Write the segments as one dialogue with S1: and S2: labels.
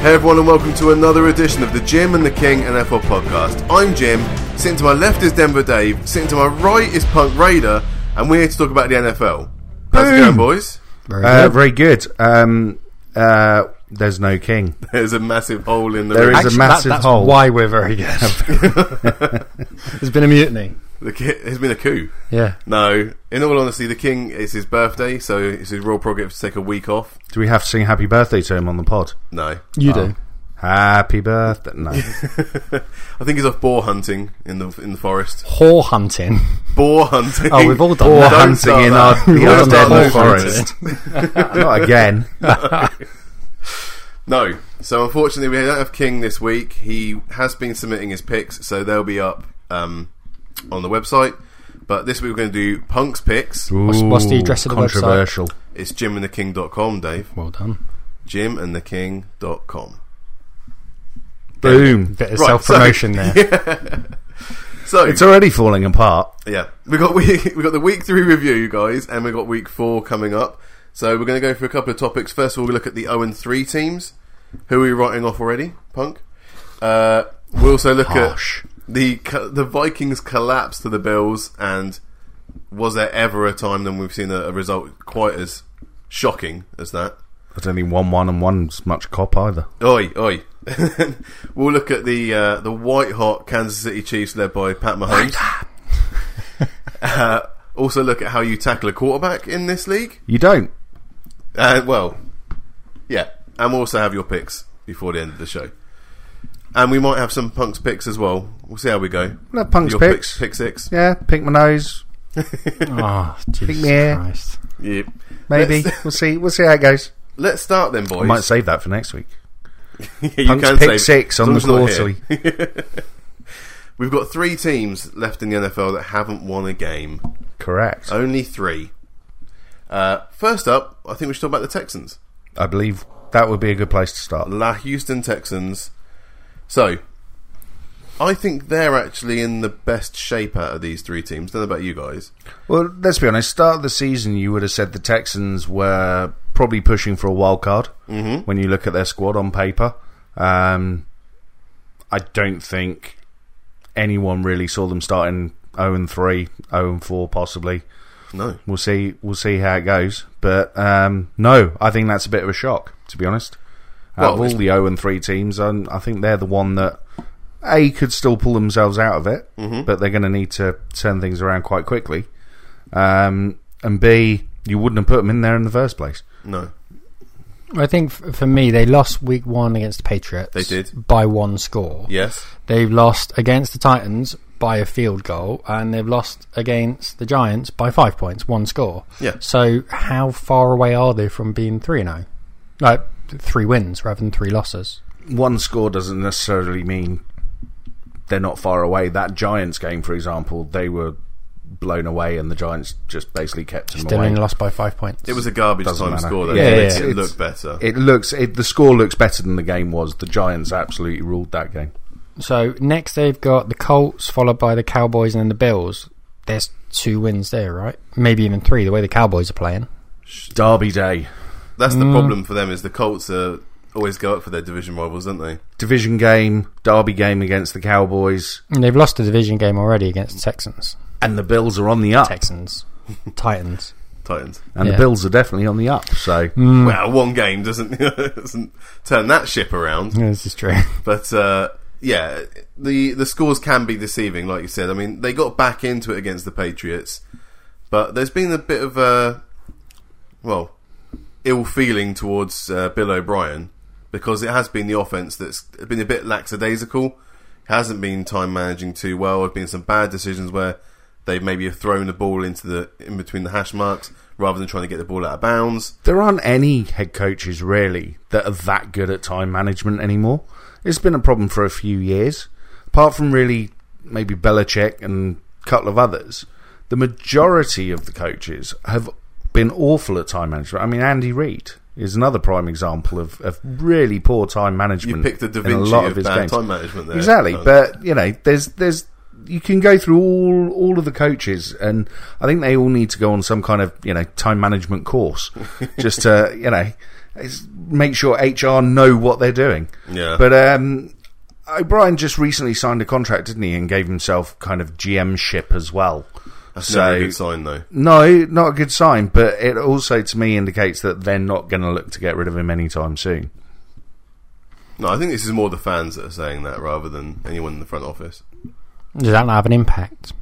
S1: Hey everyone, and welcome to another edition of the Jim and the King NFL podcast. I'm Jim. Sitting to my left is Denver Dave. Sitting to my right is Punk Raider, and we're here to talk about the NFL. How's it
S2: Boom.
S1: going, boys?
S2: Very
S3: Uh,
S2: good.
S3: very good. Um, uh, there's no king.
S1: There's a massive hole in the
S3: There
S1: roof.
S3: is- a
S2: that-
S3: massive
S2: that's
S3: hole.
S2: why we're very good. There's been a mutiny.
S1: The ki- There's been a coup.
S2: Yeah.
S1: No, in all honesty, the King it's his birthday, so it's his royal prerogative to take a week off.
S3: Do we have to sing happy birthday to him on the pod?
S1: No,
S2: You
S3: Oh.
S2: do.
S3: Happy birthday. No.
S1: I think he's off boar hunting in the in the forest.
S2: Whore hunting.
S1: Boar hunting.
S2: Oh, we've all done
S3: Or
S2: Don't
S1: start
S3: hunting in our,
S1: that.
S3: the
S2: We've all done
S3: Ardennes
S2: that.
S3: forest. Not again.
S1: No, so unfortunately, we don't have King this week. He has been submitting his picks, so they'll be up um, on the website. But this week we're going to do Punk's picks.
S2: What's- what's the address of the website?
S3: Controversial.
S1: It's jimandtheking.com, Dave.
S2: Well done.
S1: Jimandtheking.com.
S3: Boom.
S2: Bit of
S1: Right,
S2: self promotion there.
S1: So
S3: It's already falling apart.
S1: Yeah, we got week we got the week three review, guys, and we got week four coming up. So we're going to go through a couple of topics. First of all, we look at the zero and three teams. Who are we writing off already, Punk? Uh, we also look
S3: Harsh.
S1: at the co- the Vikings collapse to the Bills, and was there ever a time when we've seen a, a result quite as shocking as that?
S3: There's only one one and one's much cop either.
S1: Oi, oi. we'll look at the uh, the white hot Kansas City Chiefs led by Pat Mahomes. uh, also, look at how you tackle a quarterback in this league.
S3: You don't.
S1: Uh, well, yeah, and we'll also have your picks before the end of the show. And we might have some punks picks as well. We'll see how we go.
S3: We'll have Punk's
S1: your
S3: picks.
S1: pick six.
S3: Yeah, pink my nose.
S2: oh, Jesus
S3: me here.
S2: Christ.
S1: Yep.
S3: Maybe.
S1: Let's-
S3: we'll see. We'll see how it goes.
S1: Let's start then, boys.
S3: I might save that for next week.
S1: Yeah, you
S3: Punk's
S1: can
S3: pick
S1: save it,
S3: six
S1: as
S3: on
S1: long
S3: the
S1: as it's not
S3: quarterly.
S1: here. We've got three teams left in the NFL that haven't won a game.
S3: Correct.
S1: Only three. Uh, first up, I think we should talk about the Texans.
S3: I believe that would be a good place to start.
S1: La Houston Texans. So, I think they're actually in the best shape out of these three teams. Don't know about you guys.
S3: Well, let's be honest. Start of the season, you would have said the Texans were probably pushing for a wild card mm-hmm. when you look at their squad on paper. Um, I don't think anyone really saw them starting 0 and 3, 0 and 4, possibly.
S1: No.
S3: We'll see. We'll see how it goes. But um, no, I think that's a bit of a shock, to be honest.
S1: Well,
S3: Out of all
S1: it's-
S3: the 0 and 3 teams, i I think they're the one that a could still pull themselves out of it, but they're going to need to turn things around quite quickly. Um, and b you wouldn't have put them in there in the first place.
S1: No.
S2: I think f- for me, they lost week one against the Patriots.
S1: They did.
S2: By one score.
S1: Yes.
S2: They've lost against the Titans by a field goal, and they've lost against the Giants by five points, one score.
S1: Yeah.
S2: So how far away are they from being three and zero? Like three wins rather than three losses.
S3: One score doesn't necessarily mean they're not far away. That Giants game, for example, they were blown away, and the Giants just basically kept them
S2: Still
S3: away.
S2: only lost by five points.
S1: It was a garbage
S3: Doesn't
S1: time
S3: matter.
S1: score, though.
S3: Yeah,
S1: Yeah,
S2: yeah,
S1: it
S2: yeah.
S1: looked
S3: It's-
S1: better.
S3: It looks it, the score looks better than the game was. The Giants absolutely ruled that game.
S2: so next they've got the Colts, followed by the Cowboys, and then the Bills. There's two wins there, right? Maybe even three. The way the Cowboys are playing.
S3: Derby Day,
S1: That's
S3: Mm.
S1: the problem for them is the Colts are, always go up for their division rivals, don't they?
S3: division game, Derby game against the Cowboys,
S2: And they've lost a division game already against the Texans.
S3: and the Bills are on the up.
S2: Texans. Titans.
S1: Titans.
S3: And
S2: Yeah.
S3: the Bills are definitely on the up. So
S1: Well, one game doesn't, doesn't turn that ship around.
S2: Yeah, this is true.
S1: But uh, yeah, the the scores can be deceiving, like you said. I mean, they got back into it against the Patriots, but there's been a bit of a well ill feeling towards uh, Bill O'Brien because it has been the offense that's been a bit lackadaisical. Hasn't been time managing too well. There've been some bad decisions where they maybe have thrown the ball into the in between the hash marks rather than trying to get the ball out of bounds.
S3: there aren't any head coaches really that are that good at time management anymore. It's been a problem for a few years, apart from really maybe Belichick and a couple of others. The majority of the coaches have been awful at time management. I mean, Andy Reid is another prime example of, of really poor time management.
S1: You picked the Da
S3: in a
S1: Vinci
S3: lot
S1: of,
S3: of his
S1: bad
S3: games.
S1: time management there.
S3: Exactly,
S1: Um,
S3: but you know, there's there's you can go through all all of the coaches, and I think they all need to go on some kind of you know time management course, just to you know It's make sure HR know what they're doing.
S1: Yeah.
S3: But um, O'Brien just recently signed a contract, didn't he, and gave himself kind of GM ship as well.
S1: That's
S3: so
S1: never a good sign, though.
S3: no, not a good sign. But it also, to me, indicates that they're not going to look to get rid of him anytime soon.
S1: No, I think this is more the fans that are saying that rather than anyone in the front office.
S2: Does that not have an impact?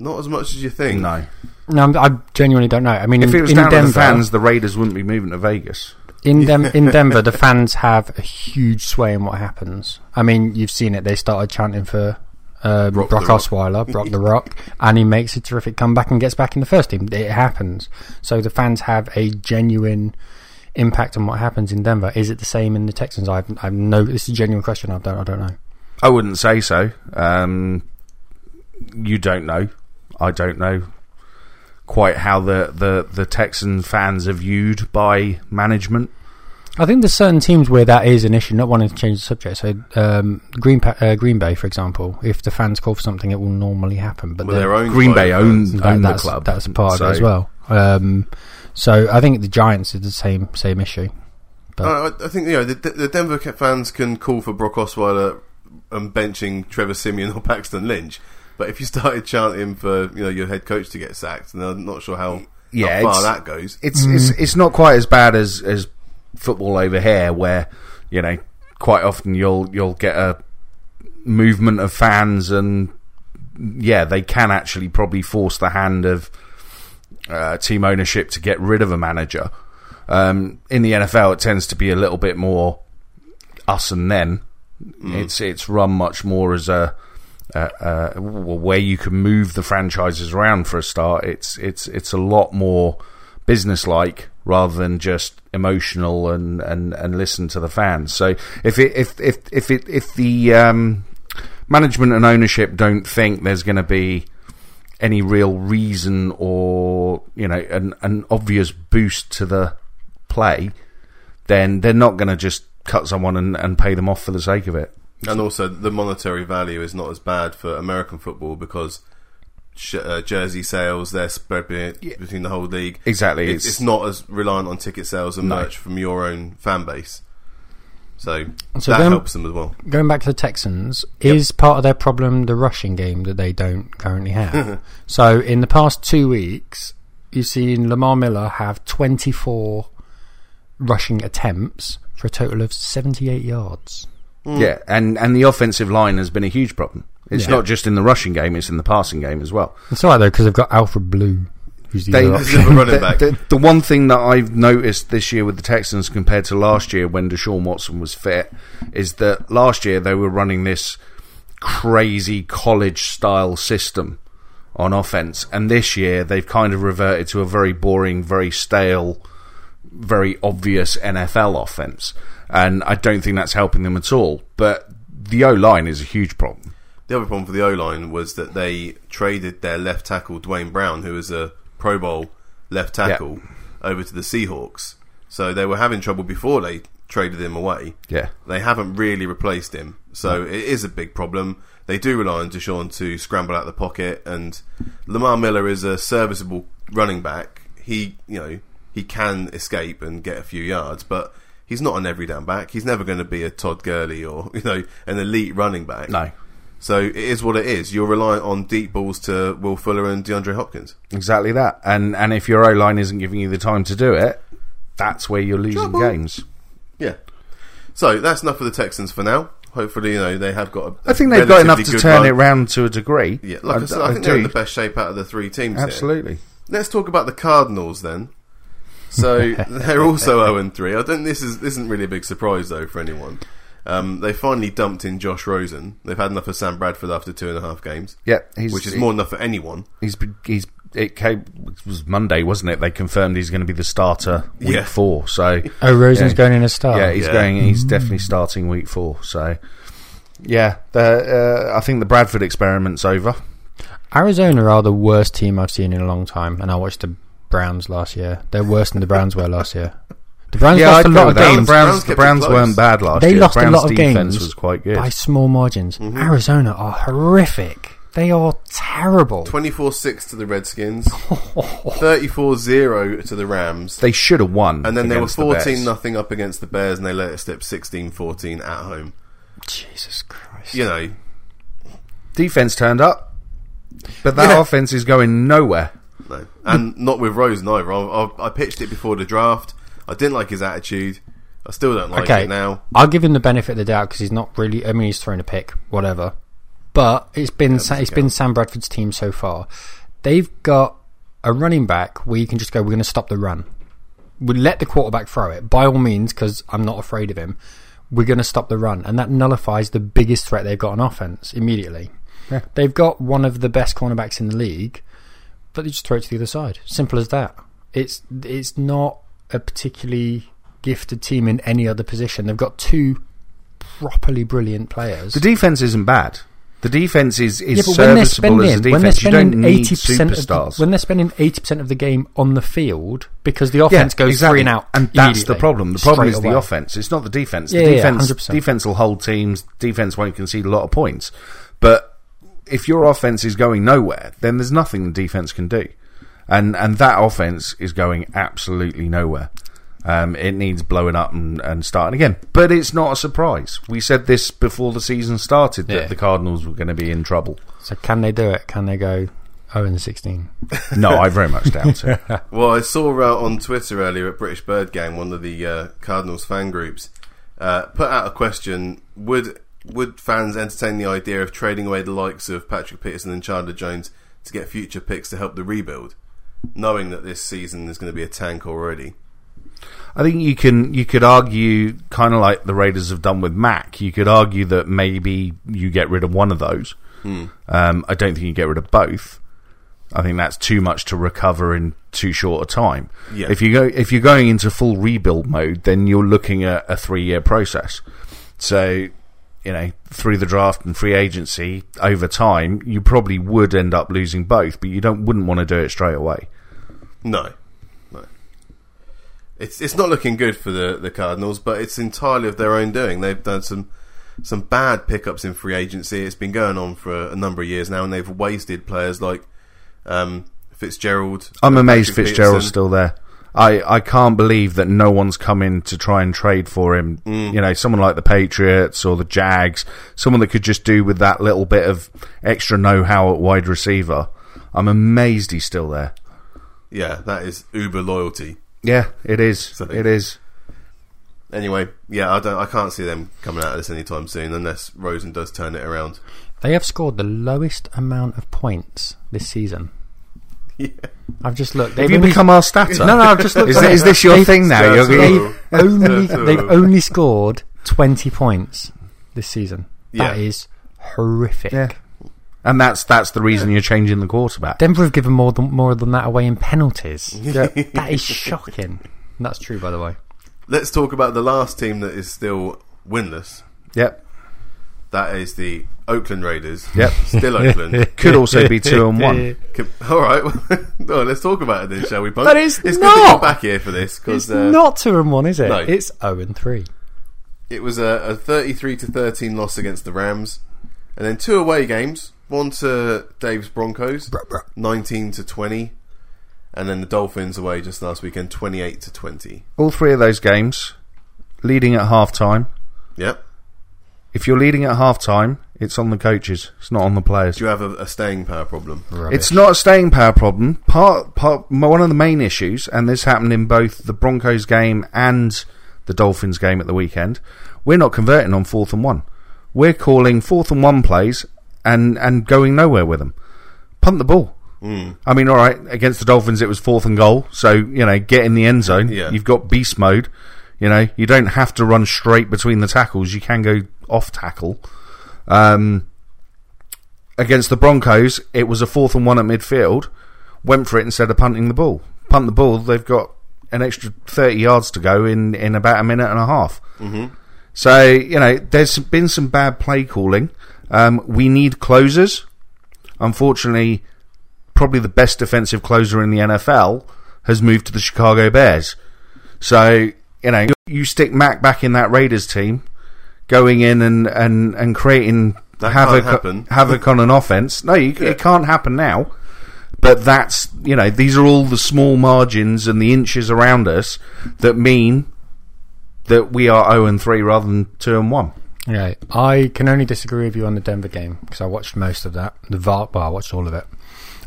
S1: Not as much as you think.
S3: No,
S2: No, I'm, I genuinely don't know. I mean,
S3: if
S2: in,
S3: it was
S2: in
S3: down
S2: Denver,
S3: to the fans, the Raiders wouldn't be moving to Vegas.
S2: in Dem- in Denver, the fans have a huge sway in what happens. I mean, you've seen it. They started chanting for um,
S1: Brock
S2: Brock,
S1: the Rock.
S2: Osweiler, Brock the Rock, and he makes a terrific comeback and gets back in the first team. It happens. So the fans have a genuine impact on what happens in Denver. Is it the same in the Texans? I've I've no. This is a genuine question. I don't I don't know.
S3: I wouldn't say so. Um, you don't know. I don't know quite how the, the, the Texan fans are viewed by management.
S2: I think there's certain teams where that is an issue, not wanting to change the subject. So, um, Green pa- uh, Green Bay, for example, if the fans call for something, it will normally happen. But
S1: Well,
S2: then-
S1: they're owned
S3: Green
S1: by
S3: Bay
S1: the
S3: own,
S1: fans.
S2: that-
S3: own the
S2: that's,
S3: club.
S2: that's part
S3: so
S2: of it as well. Um, so I think the Giants is the same same issue.
S1: Uh, I I think you know the, the Denver ca- fans can call for Brock Osweiler and benching Trevor Simeon or Paxton Lynch, but if you started chanting for you know your head coach to get sacked, then I'm not sure how, how
S3: Yeah,
S1: far
S3: it's-
S1: that goes.
S3: It's, it's, it's not quite as bad as, as football over here, where, you know, quite often you'll, you'll get a movement of fans and, yeah, they can actually probably force the hand of uh, team ownership to get rid of a manager. Um, in the NFL, it tends to be a little bit more us and them. It's it's run much more as a, a, a w- where you can move the franchises around for a start. It's it's it's a lot more businesslike rather than just emotional and, and, and listen to the fans. So if it, if if if it, if the um, management and ownership don't think there's going to be any real reason or you know an an obvious boost to the play, then they're not going to just cut someone and, and pay them off for the sake of it.
S1: And also, the monetary value is not as bad for American football because sh- uh, jersey sales they're spread be- between the whole league.
S3: Exactly.
S1: It's, it's not as reliant on ticket sales and merch from your own fan base, so,
S2: So
S1: that
S2: then-
S1: helps them as well.
S2: Going back to the Texans, is part of their problem the rushing game that they don't currently have? so in the past two weeks, you've seen Lamar Miller have 24 rushing attempts for a total of 78 yards.
S3: Yeah, and and the offensive line has been a huge problem. It's
S2: Yeah.
S3: not just in the rushing game; it's in the passing game as well.
S2: It's all right, though, because they've got Alfred Blue, who's the
S3: They-
S2: other
S1: It's never running
S3: The,
S1: back.
S3: the, the one thing that I've noticed this year with the Texans compared to last year when Deshaun Watson was fit is that last year they were running this crazy college style system on offense, and this year they've kind of reverted to a very boring, very stale, very obvious NFL offense. And I don't think that's helping them at all. But the O line is a huge problem.
S1: The other problem for the O line was that they traded their left tackle Dwayne Brown, who is a Pro Bowl left tackle, over to the Seahawks. So they were having trouble before they traded him away.
S3: Yeah.
S1: They haven't really replaced him, so it is a big problem. They do rely on Deshaun to scramble out the pocket, and Lamar Miller is a serviceable running back. He, you know, he can escape and get a few yards, but he's not an every down back. He's never going to be a Todd Gurley or you know an elite running back.
S3: No.
S1: So it is what it is. You're reliant on deep balls to Will Fuller and DeAndre Hopkins.
S3: Exactly that. And and if your O line isn't giving you the time to do it, that's where you're losing
S1: Trouble.
S3: games.
S1: Yeah. So that's enough for the Texans for now. Hopefully, you know they have got. A
S3: I think they've got enough
S1: relatively
S3: to
S1: good
S3: turn
S1: run.
S3: it round to a degree.
S1: Yeah, like I, said, I think they're in the best shape out of the three teams. here.
S3: Absolutely.
S1: Let's talk about the Cardinals then. So they're also zero and three. I don't. This is this isn't really a big surprise though for anyone. Um, they finally dumped in Josh Rosen. They've had enough of Sam Bradford after two and a half games,
S3: Yeah, he's,
S1: which is more enough for anyone.
S3: He's he's it came it was Monday, wasn't it? They confirmed he's going to be the starter week
S1: Yeah.
S3: four. So
S2: Oh, Rosen's
S3: Yeah.
S2: going in as star.
S3: yeah, he's
S1: Yeah.
S3: going. He's definitely starting week four. So yeah, the, uh, I think the Bradford experiment's over.
S2: Arizona are the worst team I've seen in a long time, and I watched the Browns last year. They're worse than the Browns were last year. The Browns
S3: yeah,
S2: lost a
S3: I'd
S2: lot
S3: go
S2: of
S3: with that.
S2: games
S3: The Browns,
S1: Browns
S3: the
S1: kept it
S3: Browns
S1: close.
S3: weren't bad last
S2: They
S3: year.
S2: lost a
S3: Browns
S2: lot of
S3: defense
S2: games
S3: was quite good.
S2: by small margins. Arizona are horrific. They are terrible.
S1: 24 6 to the Redskins, 34 0 to the Rams,
S3: They should have won.
S1: and then they were
S3: against the
S1: 14
S3: Bears.
S1: nothing up against the Bears, and they let it slip 16 14 at home.
S2: Jesus Christ.
S1: You know,
S3: Defense turned up, but that
S1: Yeah.
S3: offense is going nowhere.
S1: no. And not with Rosen either. I, I, I pitched it before the draft. I didn't like his attitude. I still don't like
S2: okay,
S1: it now.
S2: I'll give him the benefit of the doubt because he's not really. I mean, he's thrown a pick, whatever. But it's been Sa- it's been Sam Bradford's team so far. They've got a running back where you can just go. We're going to stop the run. We let the quarterback throw it by all means because I'm not afraid of him. We're going to stop the run, and that nullifies the biggest threat they've got on offense immediately. They've got one of the best cornerbacks in the league, but they just throw it to the other side. Simple as that. It's it's not a particularly gifted team in any other position. They've got two properly brilliant players.
S3: The defense isn't bad. The defense is, is
S2: yeah, but when they're
S3: serviceable
S2: spending,
S3: as a
S2: when they're
S3: defense. You
S2: spending
S3: don't need
S2: 80%
S3: superstars.
S2: Of the, when they're spending 80% of the game on the field because the
S3: Yeah,
S2: offense goes
S3: exactly.
S2: three and out.
S3: And that's the
S2: immediately,
S3: problem. The problem is
S2: straight away.
S3: the offense. It's not the defense.
S2: Yeah,
S3: the
S2: yeah,
S3: defense
S2: 100%.
S3: defense will hold teams. Defense won't concede a lot of points. But if your offense is going nowhere, then there's nothing the defense can do. And and that offense is going absolutely nowhere. Um, it needs blowing up and, and starting again. But it's not a surprise. We said this before the season started that
S2: Yeah.
S3: the Cardinals were going to be in trouble.
S2: So can they do it? Can they go 0 and 16?
S3: No, I very much doubt it.
S1: Well, I saw uh, on Twitter earlier at British Bird Game, one of the uh, Cardinals fan groups uh, put out a question: Would would fans entertain the idea of trading away the likes of Patrick Peterson and Chandler Jones to get future picks to help the rebuild, knowing that this season is going to be a tank already?
S3: I think you can you could argue kind of like the Raiders have done with Mac. You could argue that maybe you get rid of one of those. Um, I don't think you get rid of both. I think that's too much to recover in too short a time.
S1: Yeah.
S3: If you go if you're going into full rebuild mode, then you're looking at a three year process. So you know, through the draft and free agency over time, you probably would end up losing both, but you don't wouldn't want to do it straight away.
S1: No, no. It's it's not looking good for the the Cardinals, but it's entirely of their own doing. They've done some some bad pickups in free agency. It's been going on for a, number of years now, and they've wasted players like um, Fitzgerald.
S3: I'm amazed
S1: Patrick
S3: Fitzgerald's
S1: Peterson.
S3: still there. I, I can't believe that no one's come in to try and trade for him.
S2: Mm.
S3: You know, someone like the Patriots or the Jags, someone that could just do with that little bit of extra know how at wide receiver. I'm amazed he's still there.
S1: Yeah, that is uber loyalty.
S3: Yeah, it is.
S1: So-
S3: It is.
S1: Anyway, yeah, I don't, I can't see them coming out of this anytime soon unless Rosen does turn it around.
S2: They have scored the lowest amount of points this season.
S1: Yeah.
S2: I've just looked.
S3: Have
S2: They've
S3: you
S2: only-
S3: become our statter?
S2: No, no, I've just looked.
S3: Is,
S2: at
S3: thi-
S2: it.
S3: is this your
S2: They've-
S3: thing Oh. now?
S1: That's
S3: You're
S1: all.
S3: gonna-
S2: They've only
S1: That's all.
S2: they've only scored twenty points this season.
S1: Yeah.
S2: That is horrific.
S3: Yeah. and that's that's the reason you're changing the quarterback.
S2: Denver have given more than more than that away in penalties.
S3: Yeah.
S2: that is shocking. And that's true, by the way.
S1: Let's talk about the last team that is still winless.
S3: Yep.
S1: That is the Oakland Raiders.
S3: Yep.
S1: Still Oakland.
S3: Could also be two and one.
S1: Com- All right, well, let's talk about it then, shall we? Punk?
S2: But it's
S1: it's good to come
S2: not!
S1: back here for this because
S2: It's
S1: uh,
S2: not two and one, is it?
S1: No.
S2: It's zero and three.
S1: it was a, a thirty-three to thirteen loss against the Rams, and then two away games: one to Dave's Broncos, nineteen to twenty, and then the Dolphins away just last weekend, twenty-eight to twenty.
S3: All three of those games, leading at half time.
S1: Yep.
S3: If you're leading at half time, it's on the coaches. It's not on the players.
S1: Do you have a, a staying power problem?
S3: It's not a staying power problem. Part, part one of the main issues, and this happened in both the Broncos game and the Dolphins game at the weekend. We're not converting on fourth and one. We're calling fourth and one plays and and going nowhere with them. Punt the ball. I mean, all right, against the Dolphins, it was fourth and goal. So, you know, get in the end zone.
S1: Yeah.
S3: You've got beast mode. You know, you don't have to run straight between the tackles. You can go off tackle. Um, against the Broncos, it was a fourth and one at midfield. Went for it instead of punting the ball. Punt the ball, they've got an extra 30 yards to go in, in about a minute and a half. So, you know, there's been some bad play calling. Um, we need closers. Unfortunately, probably the best defensive closer in the NFL has moved to the Chicago Bears. So, you know, you stick Mac back in that Raiders team, going in and, and, and creating
S1: That
S3: havoc,
S1: can't happen.
S3: havoc on an offense. No, you,
S1: Yeah.
S3: it can't happen now. But that's you know these are all the small margins and the inches around us that mean that we are zero and three rather than two and one.
S2: Yeah, I can only disagree with you on the Denver game because I watched most of that. The VAR, well, I watched all of it.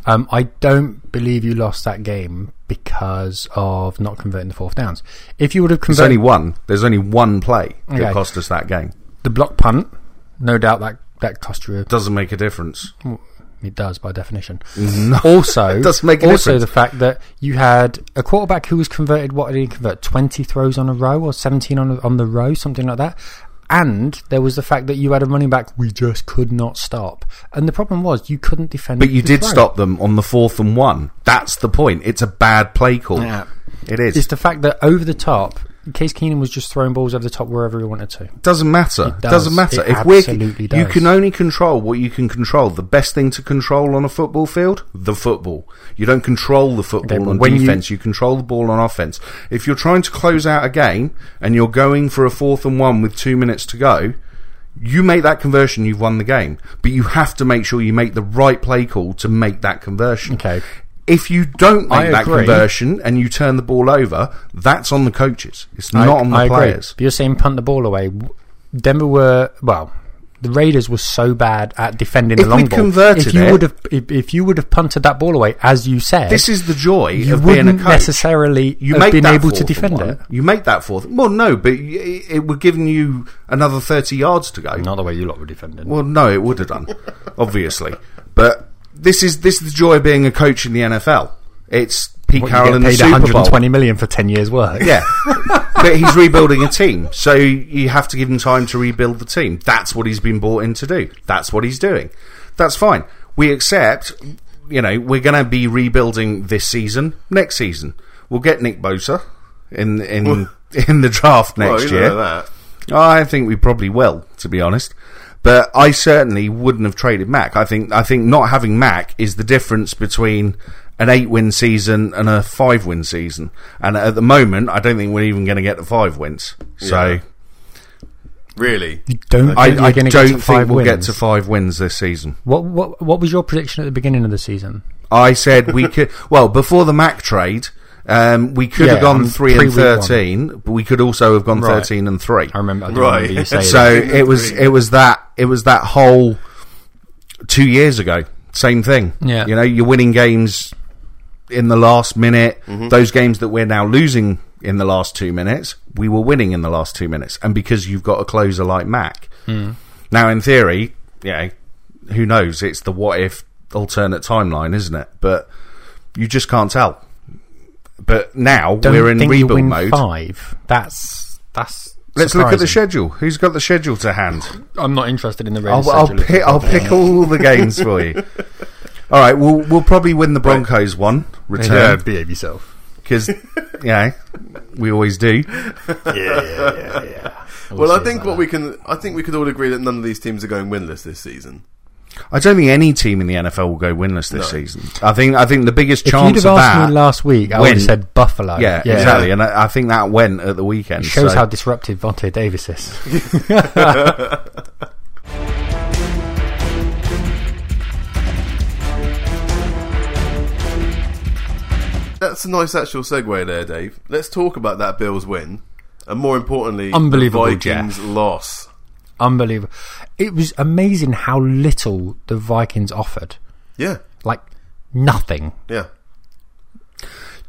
S2: Um, I don't believe you lost that game because of not converting the fourth downs. If you would have
S3: There's
S2: converted
S3: only one. There's only one play that
S2: Okay.
S3: cost us that game.
S2: the block punt, no doubt that that cost you. A,
S3: Doesn't make a difference.
S2: it does by definition. Also,
S3: Mm-hmm. It doesn't make a
S2: also
S3: difference.
S2: the fact that you had a quarterback who was converted. What did he convert? Twenty throws on a row or seventeen on on the row, something like that. And there was the fact that you had a running back we just could not stop. And the problem was you couldn't defend.
S3: But you
S2: the
S3: did
S2: throw.
S3: stop them on the fourth and one. That's the point. It's a bad play call.
S2: Yeah.
S3: It is.
S2: It's the fact that over the top, Case Keenan was just throwing balls over the top wherever he wanted to.
S3: doesn't matter. does.
S2: does.
S3: not matter.
S2: It
S3: if we're
S2: absolutely
S3: you
S2: does.
S3: can only control what you can control. The best thing to control on a football field, the football. You don't control the football
S2: Okay, but
S3: on
S2: when you-
S3: defense. You, control the ball on offense. If you're trying to close out a game and you're going for a fourth and one with two minutes to go. You make that conversion, you've won the game. But you have to make sure you make the right play call to make that conversion.
S2: Okay.
S3: If you don't make
S2: I
S3: that
S2: agree.
S3: conversion and you turn the ball over, that's on the coaches. It's not on the
S2: I agree.
S3: players.
S2: But you're saying punt the ball away. Denver were well. The Raiders were so bad at defending
S3: If
S2: the long
S3: we'd
S2: ball.
S3: converted
S2: if you
S3: it-
S2: would have, if, if you would have punted that ball away, as you said,
S3: This is the joy
S2: you
S3: of being a
S2: wouldn't
S3: coach.
S2: necessarily
S3: you
S2: have
S3: make
S2: been
S3: that
S2: able to
S3: fourth and
S2: defend
S3: one.
S2: it.
S3: You make that fourth. Well, no, but y- it would given you another thirty yards to go.
S2: Not the way you lot were defending.
S3: Well, no, it would have done, obviously. But this is this is the joy of being a coach in the NFL. It's Pete
S2: What, you
S3: Carroll
S2: get
S3: in the
S2: paid
S3: Super Bowl.
S2: 120 million for 10 years' work.
S3: Yeah, but he's rebuilding a team, so you have to give him time to rebuild the team. That's what he's been brought in to do. That's what he's doing. That's fine. We accept. You know, we're going to be rebuilding this season, next season. We'll get Nick Bosa in in in the draft
S1: Well,
S3: next
S1: you know
S3: year.
S1: that.
S3: I think we probably will, to be honest. But I certainly wouldn't have traded Mac. I think I think not having Mac is the difference between an eight win season and a five win season. And at the moment, I don't think we're even going to get the five wins. So
S1: Yeah. Really?
S2: You don't.
S3: I,
S2: think you're
S3: I
S2: gonna
S3: don't
S2: get to
S3: think
S2: five
S3: we'll
S2: wins.
S3: get to five wins this season.
S2: What, what what was your prediction at the beginning of the season?
S3: I said we could. Well, before the Mac trade, um, we could
S2: Yeah,
S3: have gone
S2: on
S3: three
S2: pre-
S3: and
S2: week one.
S3: thirteen, but we could also have gone
S2: Right.
S3: thirteen and three.
S2: I remember. I do
S1: Right.
S2: remember you saying
S3: So
S2: that.
S3: it was it was that it was that whole two years ago. Same thing.
S2: Yeah.
S3: You know, you're winning games in the last minute. Those games that we're now losing in the last two minutes, we were winning in the last two minutes. And because you've got a closer like Mac.
S2: Hmm.
S3: Now in theory, you know, who knows? It's the what if alternate timeline, isn't it? But you just can't tell. But now
S2: Don't
S3: we're in
S2: think you
S3: rebuild
S2: win
S3: mode.
S2: Five. That's that's.
S3: Let's look at the
S2: surprising.
S3: schedule. Who's got the schedule to hand?
S2: I'm not interested in the Raiders.
S3: I'll, I'll,
S2: schedule.
S3: pick, I'll pick all the games for you. All right, we'll we'll probably win the Broncos one return
S2: behave yourself.
S3: because yeah, we always do.
S2: Yeah, yeah, yeah. yeah.
S1: Well, I think what we can, I think we could all agree that none of these teams are going winless this season.
S3: I don't think any team in the NFL will go winless this season. I think I think the biggest
S2: If
S3: chance
S2: you'd have
S3: of
S2: asked
S3: that.
S2: me last week, I
S3: win.
S2: would have said Buffalo.
S3: yeah, exactly, and I, I think that went at the weekend.
S2: Shows
S3: so-
S2: how disruptive Vontae Davis is.
S1: That's a nice actual segue there, Dave. Let's talk about that Bills win, and more importantly,
S2: Unbelievable,
S1: the Vikings loss.
S2: Unbelievable. It was amazing how little the Vikings offered.
S1: Yeah,
S2: Like nothing.
S1: yeah.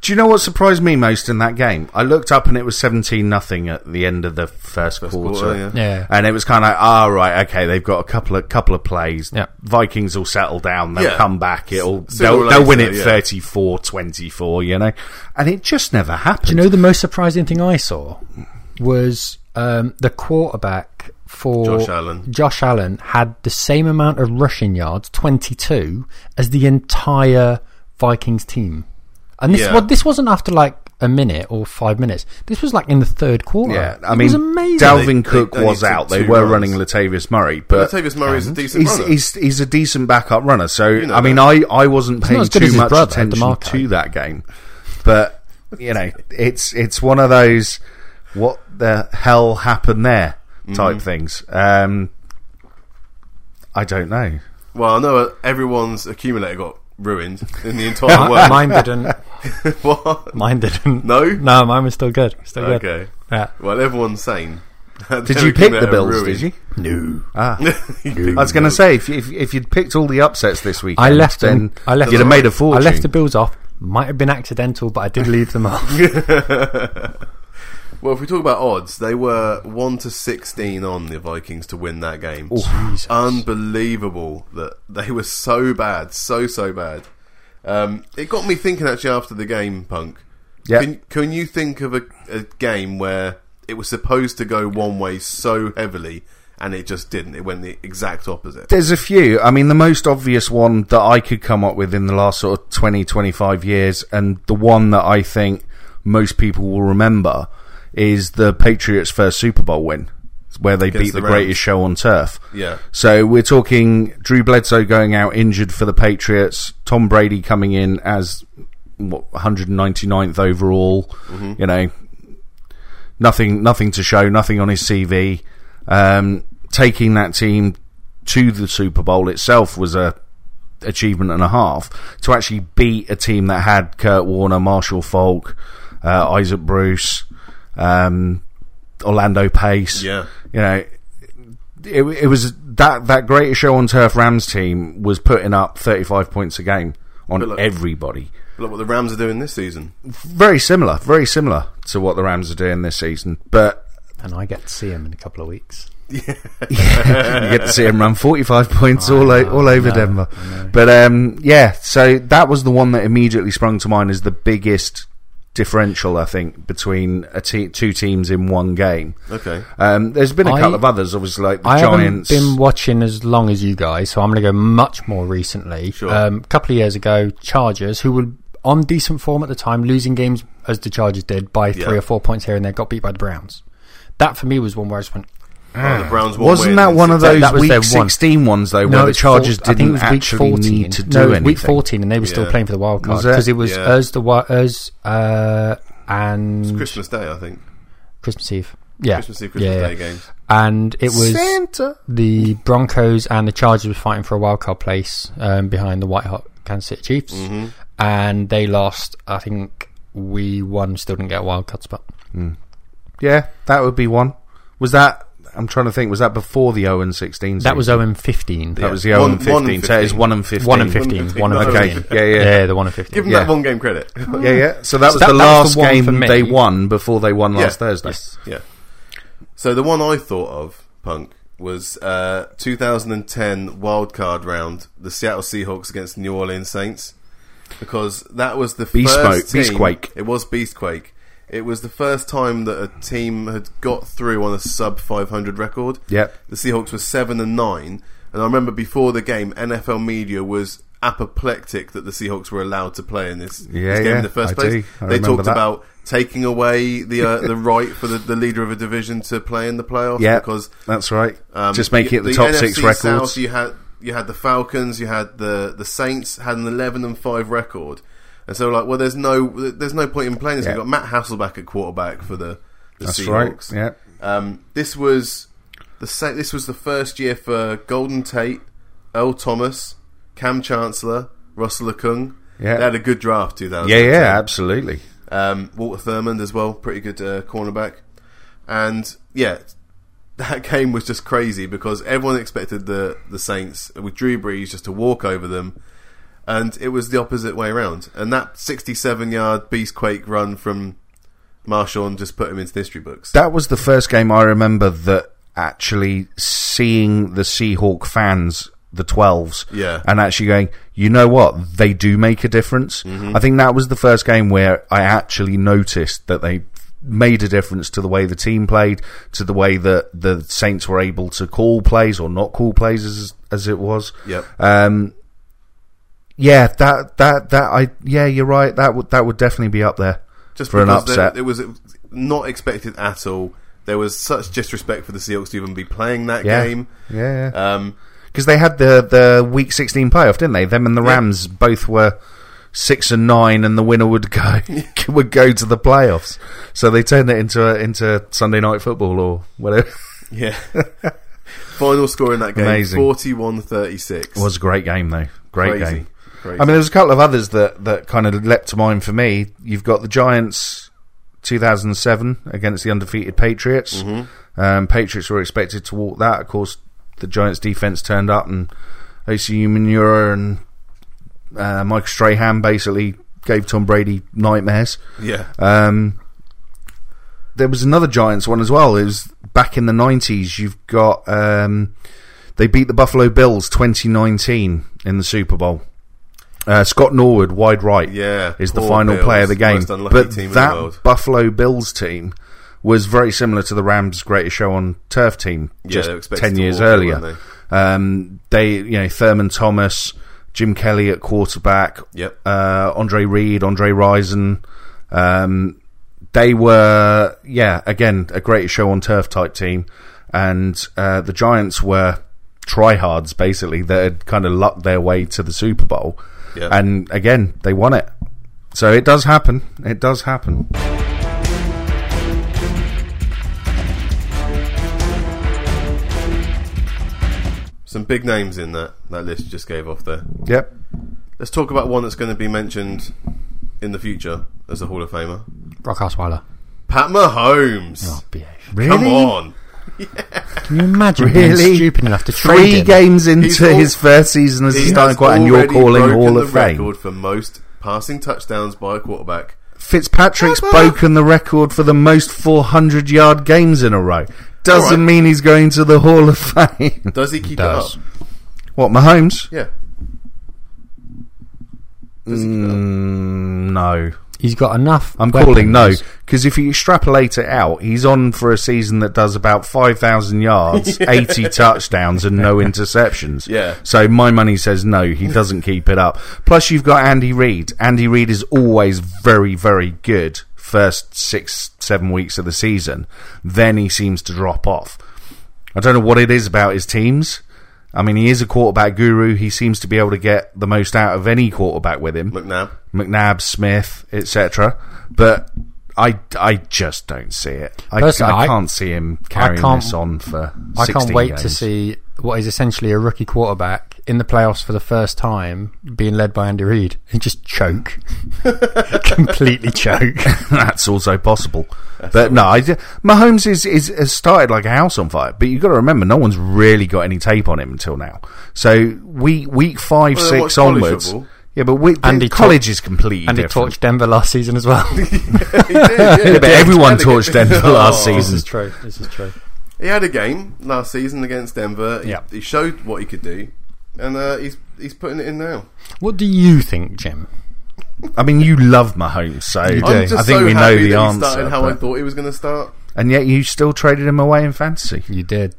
S3: Do you know what surprised me most in that game? I looked up and it was seventeen nothing at the end of the first, quarter,
S1: quarter, yeah.
S2: Yeah.
S3: and it was kind of like, ah, right, okay, they've got a couple of couple of plays.
S2: Yeah.
S3: Vikings will settle down, they'll
S1: Yeah.
S3: come back, it'll
S1: Sooner
S3: they'll,
S1: or
S3: they'll win it
S1: later, yeah.
S3: 34-24, you know, and it just never happened.
S2: Do you know the most surprising thing I saw was um, the quarterback for
S1: Josh Allen.
S2: Josh Allen had the same amount of rushing yards, twenty-two, as the entire Vikings team, and this
S1: Yeah.
S2: wa- this wasn't after like a minute or five minutes. This was like in the third quarter.
S3: yeah, I
S2: It
S3: mean,
S2: was amazing.
S3: Dalvin
S1: They-
S3: Cook
S1: they- they
S3: was
S1: took
S3: out. They
S1: two
S3: were
S1: runs.
S3: running Latavius Murray, but
S1: Latavius Murray is a decent
S3: he's,
S1: runner.
S3: he's he's a decent backup runner. So
S1: know
S3: I mean, I, I wasn't
S2: not
S3: paying
S2: as good as
S3: too
S2: his
S3: much
S2: brother,
S3: attention
S2: DeMarco.
S3: to that game, but you know, it's it's one of those what
S1: Mm-hmm.
S3: the hell happened there type things. Um, I don't know.
S1: Well, I know everyone's accumulator got ruined in the entire world.
S2: mine didn't.
S1: what?
S2: Mine didn't.
S1: No?
S2: No, mine was still good. Still good.
S1: Okay.
S2: Yeah.
S1: Well, everyone's sane.
S3: Did you pick the Bills? Did you?
S2: No.
S3: Ah.
S1: you?
S3: I was going to say if, if if you'd picked all the upsets this week,
S2: I left
S3: Then
S2: them. I left.
S3: you'd
S2: them-
S3: have made a fortune.
S2: I left the bills off. Might have been accidental, but I did leave them off.
S1: well, if we talk about odds, they were one to sixteen on the Vikings to win that game.
S2: Jesus.
S3: Um,
S1: Unbelievable that they were so bad, so so bad. Um, it got me thinking actually after the game, Punk.
S3: Yeah.
S1: Can, can you think of a, a game where it was supposed to go one way so heavily and it just didn't? It went the exact opposite.
S3: There's a few. I mean, the most obvious one that I could come up with in the last sort of 20, 25 years, and the one that I think most people will remember is the Patriots' first Super Bowl win, where they
S1: Against
S3: beat
S1: the
S3: the,
S1: Rams.
S3: greatest show on turf.
S1: Yeah.
S3: So we're talking Drew Bledsoe going out injured for the Patriots, Tom Brady coming in as what, 199th overall. You know, nothing, nothing to show, nothing on his CV. Um, taking that team to the Super Bowl itself was a achievement and a half. To actually beat a team that had Kurt Warner, Marshall Falk, uh, Isaac Bruce, um, Orlando Pace.
S1: Yeah.
S3: You know, it, it was that that greatest show on turf Rams team was putting up 35 points a game on
S1: But look-
S3: everybody.
S1: Look what the Rams are doing this season.
S3: Very similar, very similar to what the Rams are doing this season, but
S2: and I get to see him in a couple of weeks.
S3: you get to see him run 45 points all o- all over
S2: know,
S3: Denver. But um, yeah, so that was the one that immediately sprung to mind as the biggest differential I think between a te- two teams in one game.
S1: Okay.
S3: Um, there's been a
S2: I-
S3: couple of others, obviously, like the
S2: I
S3: Giants.
S2: haven't been watching as long as you guys, so I'm going to go much more recently.
S1: Sure.
S2: Um, a couple of years ago, Chargers, who were on decent form at the time, losing games as the Chargers did by three
S1: Yeah.
S2: or four points here and there, got beat by the Browns. That for me was one where I just went,
S1: Oh, the Browns won
S3: Ah. Wasn't
S1: win
S3: that
S1: in
S3: one of
S1: six-
S3: those
S2: that was
S3: week
S2: their one.
S3: 16 ones though,
S2: No,
S3: where the
S2: it's four-
S3: Chargers
S2: I think it
S3: didn't
S2: was week
S3: actually
S2: 14.
S3: need to do
S2: no, it was
S3: anything?
S2: Week 14, and they were still
S1: Yeah.
S2: playing for the wild card
S3: Was it?
S2: because it was
S1: Yeah.
S2: us, the Wi- us, uh, and
S1: Christmas Day, I think.
S2: Christmas Eve. Yeah,
S1: Christmas Eve, Christmas
S2: Yeah, yeah.
S1: Day games.
S2: and it was
S3: Santa.
S2: the Broncos and the Chargers were fighting for a wild card place um, behind the White Hot Kansas City Chiefs,
S3: Mm-hmm.
S1: Mm-hmm.
S2: and they lost. I think we won, still didn't get a wild card spot.
S3: Yeah, that would be one. Was that? I'm trying to think. Was that before the 0 and 16?
S2: That was 0 and 15.
S3: That was the
S1: Yeah.
S3: 0
S1: One-
S3: and
S1: one
S3: 15.
S1: and
S3: So it's
S1: 15.
S3: 1 and 15.
S2: 1 and 15.
S1: 15.
S2: 1 and
S1: Okay,
S2: 15.
S3: yeah, yeah.
S2: the 1 and
S1: Give
S2: 15.
S1: them
S3: Yeah.
S1: that one game credit.
S3: Yeah, yeah. So that was
S2: that-
S3: the
S2: that
S3: last
S2: was the one for
S3: game
S2: me.
S3: they won before they won last
S1: Yeah.
S3: Thursday.
S2: Yes.
S1: Yeah. So the one I thought of, Punk, was uh, 2010 wildcard round, the Seattle Seahawks against New Orleans Saints, because that was the
S3: Beast
S1: first
S3: Mo-
S1: team-
S3: Beastquake.
S1: It was Beastquake. It was the first time that a team had got through on a sub 500 record.
S3: Yep.
S1: The Seahawks were seven and nine, and I remember before the game, NFL media was apoplectic that the Seahawks were allowed to play in this,
S3: Yeah,
S1: this game
S3: yeah,
S1: in the first
S3: I
S1: place.
S3: do. I
S1: they
S3: remember
S1: talked
S3: that.
S1: about taking away the uh, the right for the, the leader of a division to play in the playoffs
S3: Yeah,
S1: because
S3: that's right.
S1: um,
S3: Just make
S1: y-
S3: it the, top
S1: NFC
S3: six
S1: South,
S3: records.
S1: you had you had the Falcons, you had the the Saints had an eleven and five record, and so like, well, there's no there's no point in playing this.
S3: Yeah.
S1: We've got Matt Hasselback at quarterback for the, the
S3: That's
S1: Seahawks.
S3: right. Yeah.
S1: Um, this was the sa- this was the first year for Golden Tate, Earl Thomas, Cam Chancellor, Russell Okung.
S3: Yeah.
S1: They had a good draft 2000.
S3: Yeah, yeah, absolutely.
S1: Um, Walter Thurmond as well, pretty good uh, cornerback. And yeah, that game was just crazy because everyone expected the the Saints with Drew Brees just to walk over them, and it was the opposite way around. And that 67-yard beastquake run from Marshawn just put him into the history books.
S3: That was the first game I remember that actually seeing the Seahawk fans, the 12s,
S1: Yeah.
S3: and actually going, you know what? They do make a difference.
S1: Mm-hmm.
S3: I think that was the first game where I actually noticed that they made a difference to the way the team played, to the way that the Saints were able to call plays or not call plays as, as it was.
S1: Yep.
S3: Um, yeah, that, that, that, I, yeah, you're right. That would, that would definitely be up there.
S1: just
S3: for an
S1: because they-
S3: upset.
S1: It was not expected at all. There was such disrespect for the Seahawks to even be playing that
S3: Yeah.
S1: game.
S3: Yeah. yeah.
S1: Um,
S3: because they had the the week 16 playoff didn't they them and the
S1: Yeah.
S3: rams both were 6 and 9 and the winner would go would go to the playoffs so they turned it into a, into sunday night football or whatever
S1: yeah. Final score in that game
S3: Amazing.
S1: 41 36.
S3: It was a great game, though. Great
S1: Crazy.
S3: game.
S1: Crazy.
S3: I mean, there's a couple of others that, that kind of leapt to mind for me. You've got the Giants 2007 against the undefeated Patriots. Um, Patriots were expected to walk that. Of course, the Giants' defense turned up, and OCU Manura and uh, Mike Strahan basically gave Tom Brady nightmares.
S1: yeah.
S3: Um, there was another Giants one as well. It was back in the nineties. You've got um, they beat the Buffalo Bills twenty nineteen in the Super Bowl. Uh, Scott Norwood, wide right,
S1: Yeah,
S3: is the
S1: poor
S3: final
S1: Bills,
S3: player of the game.
S1: most unlucky
S3: but
S1: team in the
S3: that
S1: world.
S3: Buffalo Bills team was very similar to the Rams' greatest show on turf team
S1: Yeah,
S3: just
S1: they were expected
S3: ten
S1: to
S3: years
S1: walk it,
S3: earlier.
S1: weren't
S3: um, they, you know, Thurman Thomas, Jim Kelly at quarterback,
S1: Yep.
S3: uh, Andre Reed, Andre Rison. Um, they were, yeah, again, a great show on turf type team. And uh, the Giants were tryhards, basically, that had kind of lucked their way to the Super Bowl.
S1: Yeah.
S3: And again, they won it. So it does happen. It does happen.
S1: Some big names in that, that list you just gave off there.
S3: Yep.
S1: Let's talk about one that's going to be mentioned in the future as a Hall of Famer.
S2: Brock Osweiler.
S1: Pat Mahomes.
S2: Oh, behave.
S3: Really?
S1: Come on.
S2: Can you imagine
S3: Really?
S2: being stupid enough to trade
S3: Three
S2: him?
S3: games into
S1: al-
S3: his first season as a starting quarterback, and you're
S1: already
S3: calling
S1: broken
S3: Hall
S1: the
S3: of Fame.
S1: record for most passing touchdowns by a quarterback.
S3: Fitzpatrick's
S1: Papa.
S3: broken the record for the most 400 yard games in a row. Doesn't
S1: Alright.
S3: mean he's going to the Hall of Fame.
S1: Does he keep
S2: Does.
S1: it up?
S3: what, Mahomes?
S1: Yeah. Does he keep it up?
S3: Mm, no.
S2: He's got enough.
S3: I'm
S2: weapons.
S3: calling no. Because if you extrapolate it out, he's on for a season that does about 5,000 yards, 80 touchdowns, and no interceptions.
S1: Yeah.
S3: So my money says no, he doesn't keep it up. Plus, you've got Andy Reid. Andy Reid is always very, very good first six, seven weeks of the season. Then he seems to drop off. I don't know what it is about his teams. I mean, he is a quarterback guru. He seems to be able to get the most out of any quarterback with him.
S1: McNabb.
S3: McNabb, Smith, etc. But I, I just don't see it. I,
S2: Personally,
S3: I
S2: I-
S3: can't see him carrying
S2: can't-
S3: this on for.
S2: I
S3: 16
S2: can't wait to
S3: games.
S2: see what is essentially a rookie quarterback in the playoffs for the first time being led by Andy Reid and just choke. Completely choke.
S3: That's also possible. but no, I, d- Mahomes is, is has started like a house on fire. But you've got to remember, no one's really got any tape on him until now. So we week five,
S1: Well, they watch
S3: six
S1: college
S3: onwards.
S1: football.
S3: Yeah, but we,
S2: Andy
S3: college is completely
S2: And he
S3: different.
S2: torched Denver last season as well.
S3: Yeah, but everyone torched Denver last
S1: Oh.
S2: this
S3: season.
S2: is true. This is true.
S1: He had a game last season against Denver. He,
S2: Yep.
S1: he showed what he could do, and uh, he's he's putting it in now.
S2: What do you think, Jim?
S3: I mean, you love Mahomes, so
S1: I'm just
S3: I think
S1: so
S3: we know
S1: happy
S3: the
S1: that
S3: answer.
S1: He started how I
S3: but-
S1: thought he was going to start.
S3: and yet you still traded him away in fantasy.
S2: You did.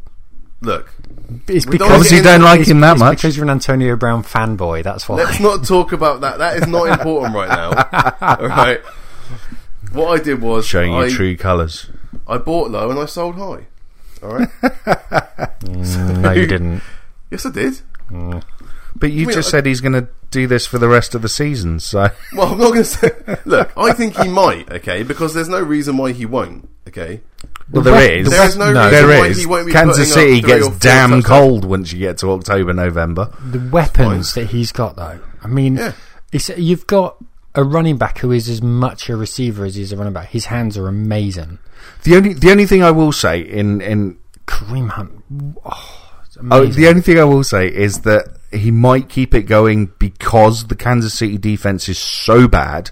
S1: Look,
S2: It's
S1: We don't
S2: because
S3: Obviously,
S1: It's-
S3: don't like
S2: it's-
S3: him that
S2: it's
S3: much.
S2: Because you're an Antonio Brown fanboy. That's why.
S1: let's not talk about that. That is not important right now. All right. What I did was
S3: Showing
S1: I,
S3: your true colours.
S1: I bought low and I sold high. All right.
S2: Mm, no, you didn't.
S1: yes, I did.
S3: But you
S1: Well,
S3: just
S1: I-
S3: said he's going to do this for the rest of the season, so
S1: Well, I'm not going to say. Look, I think he might. Okay, because there's no reason why he won't. Okay.
S3: well,
S2: The
S3: there
S2: West-
S3: is.
S1: there is no reason
S3: there
S1: why
S3: is.
S1: he won't be putting
S3: Kansas
S1: up
S3: City
S1: three
S3: gets
S1: or four
S3: damn
S1: touchdowns.
S3: cold once you get to October, November.
S2: the weapons that he's got, though. I mean,
S1: Yeah.
S2: it's, you've got a running back who is as much a receiver as he is a running back. His hands are amazing.
S3: The only the only thing I will say in in
S2: Kareem Hunt. Oh, it's
S3: oh,
S2: amazing.
S3: the only thing I will say is that he might keep it going because the Kansas City defense is so bad.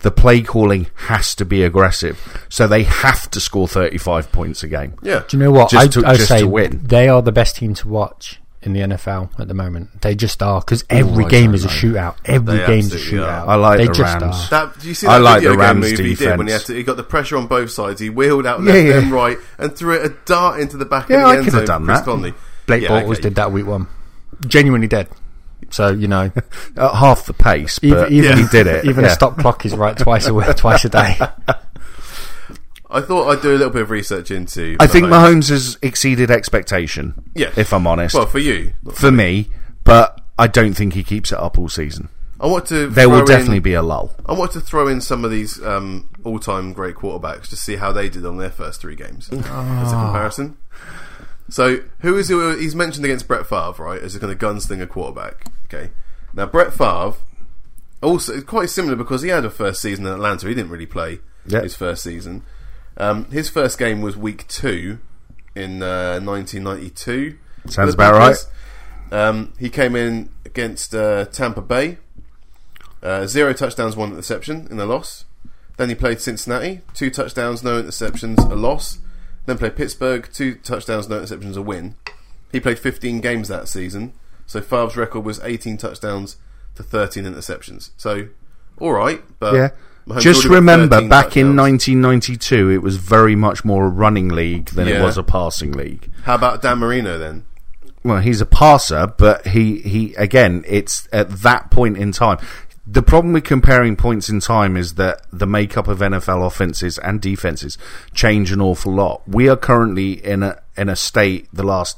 S3: The play calling has to be aggressive, so they have to score thirty five points a game.
S1: Yeah.
S2: Do you know what?
S3: Just
S2: I,
S3: to-
S2: I
S3: just
S2: say
S3: to win.
S2: they are the best team to watch in the NFL at the moment. They just are because every
S3: I
S2: game
S3: don't
S2: is a
S3: know.
S2: shootout. Every
S1: They
S2: game's a
S1: absolutely
S2: shootout.
S1: are.
S3: I like
S2: they
S3: the
S2: just
S3: Rams.
S2: Are.
S1: That do you see that
S3: I like
S1: video
S3: the
S1: game
S3: Rams'
S1: movie he did when he had
S3: defense.
S1: to, he got the pressure on both sides. He wheeled out
S3: Yeah,
S1: left
S3: yeah.
S1: and right and threw it a dart into the back
S3: Yeah,
S1: of the
S3: I
S1: end
S3: could
S1: zone.
S3: have done
S1: Chris
S3: that.
S1: Conley.
S2: Blake
S1: Yeah,
S2: Bortles
S1: okay.
S2: did that week one. Genuinely dead. So you know,
S3: at half the pace,
S2: even,
S3: but
S2: even
S3: he did it.
S2: Even
S3: yeah.
S2: a stop clock is right twice a week, twice a day.
S1: I thought I'd do a little bit of research into.
S3: I think Mahomes has exceeded expectation.
S1: Yeah.
S3: if I'm honest,
S1: Well, for you,
S3: for me, but I don't think he keeps it up all season.
S1: I want to.
S3: There
S1: throw
S3: will
S1: in-
S3: definitely be a lull.
S1: I want to throw in some of these um,
S3: Ah.
S1: all-time great quarterbacks to see how they did on their first three games as a comparison. So who is he, he's mentioned against Brett Favre, right? As a kind of gunslinger quarterback. Okay, now Brett Favre also quite similar because he had a first season in Atlanta. He didn't really play
S3: Yeah.
S1: his first season. Um, his first game was week two in uh, 1992.
S3: Sounds
S1: The
S3: about
S1: Packers. Um, he came in against uh, Tampa Bay. Uh, zero touchdowns, one interception in a loss. Then he played Cincinnati, two touchdowns, no interceptions, a loss. Then played Pittsburgh, two touchdowns, no interceptions, a win. He played 15 games that season, so Favre's record was 18 touchdowns to 13 interceptions. So, all right, but
S3: yeah.
S1: uh, Mahomes
S3: Just
S1: already got
S3: remember,
S1: 13
S3: back in
S1: touchdowns.
S3: 1992, it was very much more a running league than it
S1: Yeah.
S3: was a passing league.
S1: How about Dan Marino then?
S3: well, he's a passer, but he, he again, it's at that point in time. The problem with comparing points in time is that the makeup of NFL offenses and defenses change an awful lot. We are currently in a in a state the last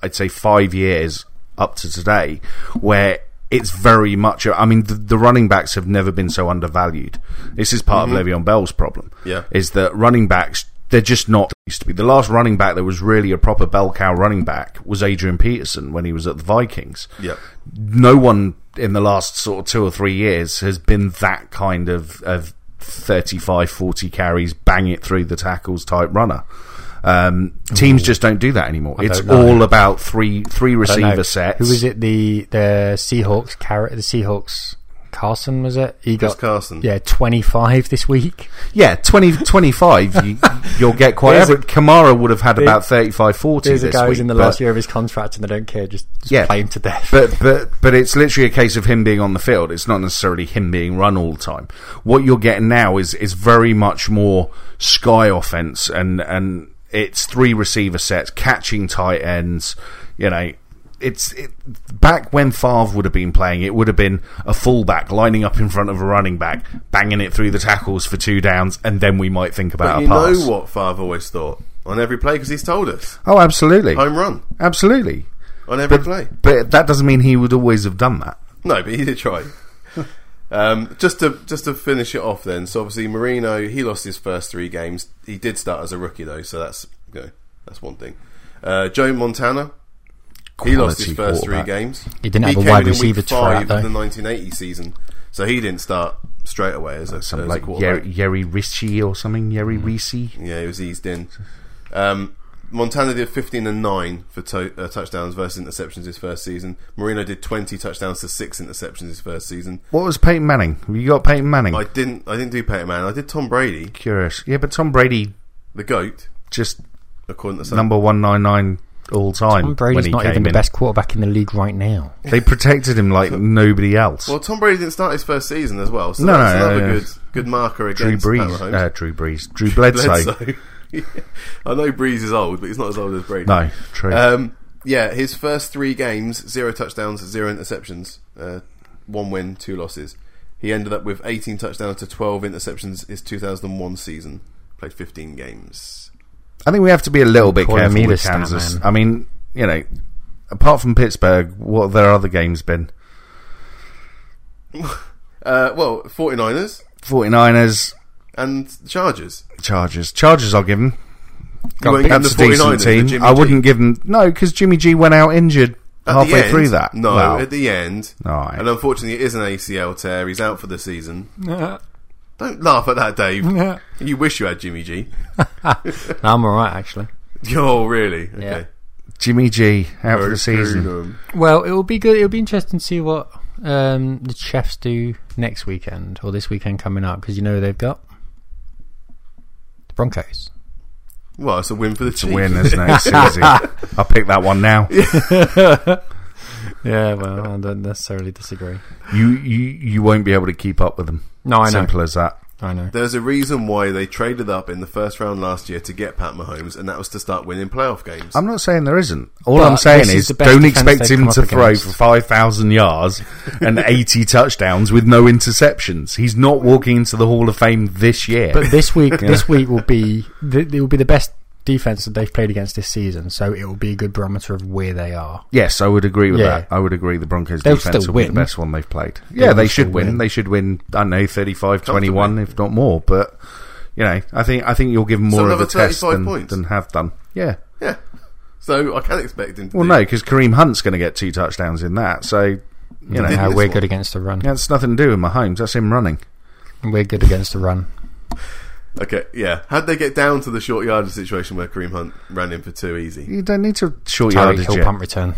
S3: I'd say five years up to today where it's very much. I mean, the, the running backs have never been so undervalued. This is part of Le'Veon Bell's problem.
S1: Yeah.
S3: is that running backs they're just not used to be. The last running back that was really a proper bell cow running back was Adrian Peterson when he was at the Vikings.
S1: Yeah.
S3: No one in the last sort of two or three years has been that kind of, of 35, 40 carries, bang it through the tackles type runner. Um, teams just don't do that anymore. it's
S2: know.
S3: all about three three
S2: Don't know.
S3: receiver sets.
S2: Who was it? The the Seahawks carrot. The Seahawks Carson was it? He
S1: Chris
S2: got
S1: Carson.
S2: yeah twenty five this week.
S3: Yeah, 20, 25, you, you'll get quite.
S2: There's a-
S3: average. Kamara would have had
S2: There-
S3: about 35, 40
S2: There's a
S3: this
S2: guy who's
S3: week,
S2: in the
S3: but-
S2: last year of his contract and they don't care. Just, just
S3: Yeah.
S2: play him to death.
S3: But but but it's literally a case of him being on the field. It's not necessarily him being run all the time. What you're getting now is is very much more sky offense and and it's three receiver sets, catching tight ends. You know, it's it, back when Favre would have been playing. It would have been a fullback lining up in front of a running back, banging it through the tackles for two downs, and then we might think about
S1: But
S3: a
S1: you
S3: pass.
S1: know what Favre always thought on every play because he's told us
S3: Oh, absolutely,
S1: home run
S3: absolutely.
S1: on every
S3: But,
S1: play.
S3: but that doesn't mean he would always have done that.
S1: No, but he did try. um, just to just to finish it off, then. So obviously Marino, he lost his first three games. He did start as a rookie though, so that's you know, that's one thing. Uh, Joe Montana, he lost his
S3: Quality
S1: first three
S3: quarterback.
S1: games.
S2: He didn't have a
S1: came
S2: wide
S1: in in
S2: receiver
S1: week five
S2: threat,
S1: of
S2: though.
S1: the 1980 season, so he didn't start straight away as a, as
S3: something
S1: a
S3: like
S1: quarterback. Mm.
S3: Yeri, Yeri Ricci or something. Yeri Ricci.
S1: Yeah, he was eased in. Um, Montana did 15 and 9 for to- uh, touchdowns versus interceptions his first season. Marino did 20 touchdowns to 6 interceptions his first season.
S3: What was Peyton Manning? Have you got Peyton Manning?
S1: I didn't I didn't do Peyton Manning. I did Tom Brady,
S3: Curious. Yeah, but Tom Brady
S1: the goat,
S3: just
S1: according to some.
S3: number one nine nine all time.
S2: Tom
S3: when
S2: Brady's
S3: he
S2: not
S3: came
S2: even the
S3: in.
S2: best quarterback in the league right now.
S3: They protected him like nobody else.
S1: Well, Tom Brady didn't start his first season as well, so
S3: No,
S1: that's
S3: no,
S1: another
S3: yeah.
S1: good good marker
S3: Drew
S1: against Pat
S3: Brees.
S1: Mahomes.
S3: Uh, Drew Brees. Drew Bledsoe.
S1: Bledsoe. I know Breeze is old, but he's not as old as Brady.
S3: No, true.
S1: Um, yeah, his first three games, zero touchdowns, zero interceptions, uh, one win, two losses. He ended up with 18 touchdowns to 12 interceptions his 2001 season. Played 15 games.
S3: I think we have to be a little bit
S2: Call him
S3: careful
S2: either
S3: with
S2: stat
S3: Kansas.
S2: man.
S3: I mean, you know, apart from Pittsburgh, what have their other games been?
S1: Uh, well, 49ers
S3: 49ers,
S1: and Chargers.
S3: Chargers. Chargers, I'll give them.
S1: You won't give them
S3: That's a
S1: the 49ers,
S3: decent
S1: the
S3: team.
S1: Jimmy
S3: I
S1: G.
S3: wouldn't give them no because Jimmy G went out injured
S1: At the
S3: halfway
S1: end-
S3: through that.
S1: No,
S3: Well,
S1: at the end.
S3: all right.
S1: And unfortunately, it is an ACL tear. He's out for the season.
S2: Yeah.
S1: Don't laugh at that, Dave.
S2: Yeah.
S1: you wish you had Jimmy G.
S2: I'm all right, actually.
S1: Oh, really? Okay.
S3: Jimmy G out for the season.
S1: Very um, good.
S2: Well, it'll be good. It'll be interesting to see what um, the chefs do next weekend or this weekend coming up because you know who they've got the Broncos.
S1: Well, it's a win for the
S3: It's a
S1: Chiefs.
S3: win, isn't it? It's easy. I'll pick that one now.
S2: Yeah, well, I don't necessarily disagree.
S3: You, you you won't be able to keep up with them.
S2: No, I know.
S3: Simple as that.
S2: I know.
S1: There's a reason why they traded up in the first round last year to get Pat Mahomes, and that was to start winning playoff games.
S3: I'm not saying there isn't. All
S2: But
S3: I'm saying
S2: this is
S3: is,
S2: the best
S3: don't
S2: defense
S3: expect
S2: they've
S3: him
S2: come
S3: to
S2: up
S3: throw
S2: against.
S3: for 5,000 yards and 80 touchdowns with no interceptions. He's not walking into the Hall of Fame this year.
S2: But this week, this week will be th- it will be the best defense that they've played against this season. So it will be a good barometer of where they are.
S3: Yes, I would agree with
S2: Yeah.
S3: that. I would agree the Broncos
S2: They'll
S3: defense
S2: still
S3: will be the
S2: win.
S3: best one they've played. yeah,
S2: will
S3: they
S2: still
S3: should win.
S2: win.
S3: They should win, I don't know, 35-21 if not more, but you know, I think I think you'll give them
S1: So
S3: more of
S1: another
S3: a test
S1: 35
S3: than,
S1: points.
S3: than have done. Yeah.
S1: yeah, so I can expect him to
S3: Well,
S1: do
S3: no, because Kareem Hunt's going to get two touchdowns in that. So, you
S2: You
S3: know,
S2: know
S1: did
S2: how
S1: this
S2: we're
S1: one.
S2: good against the run.
S3: that's nothing to do with Mahomes. That's him running.
S2: We're good against the run.
S1: Okay, yeah. How'd they get down to the short yardage situation where Kareem Hunt ran in for two easy?
S3: You don't need to short
S2: Tyreek
S3: yardage
S2: Hill
S3: it.
S2: punt return.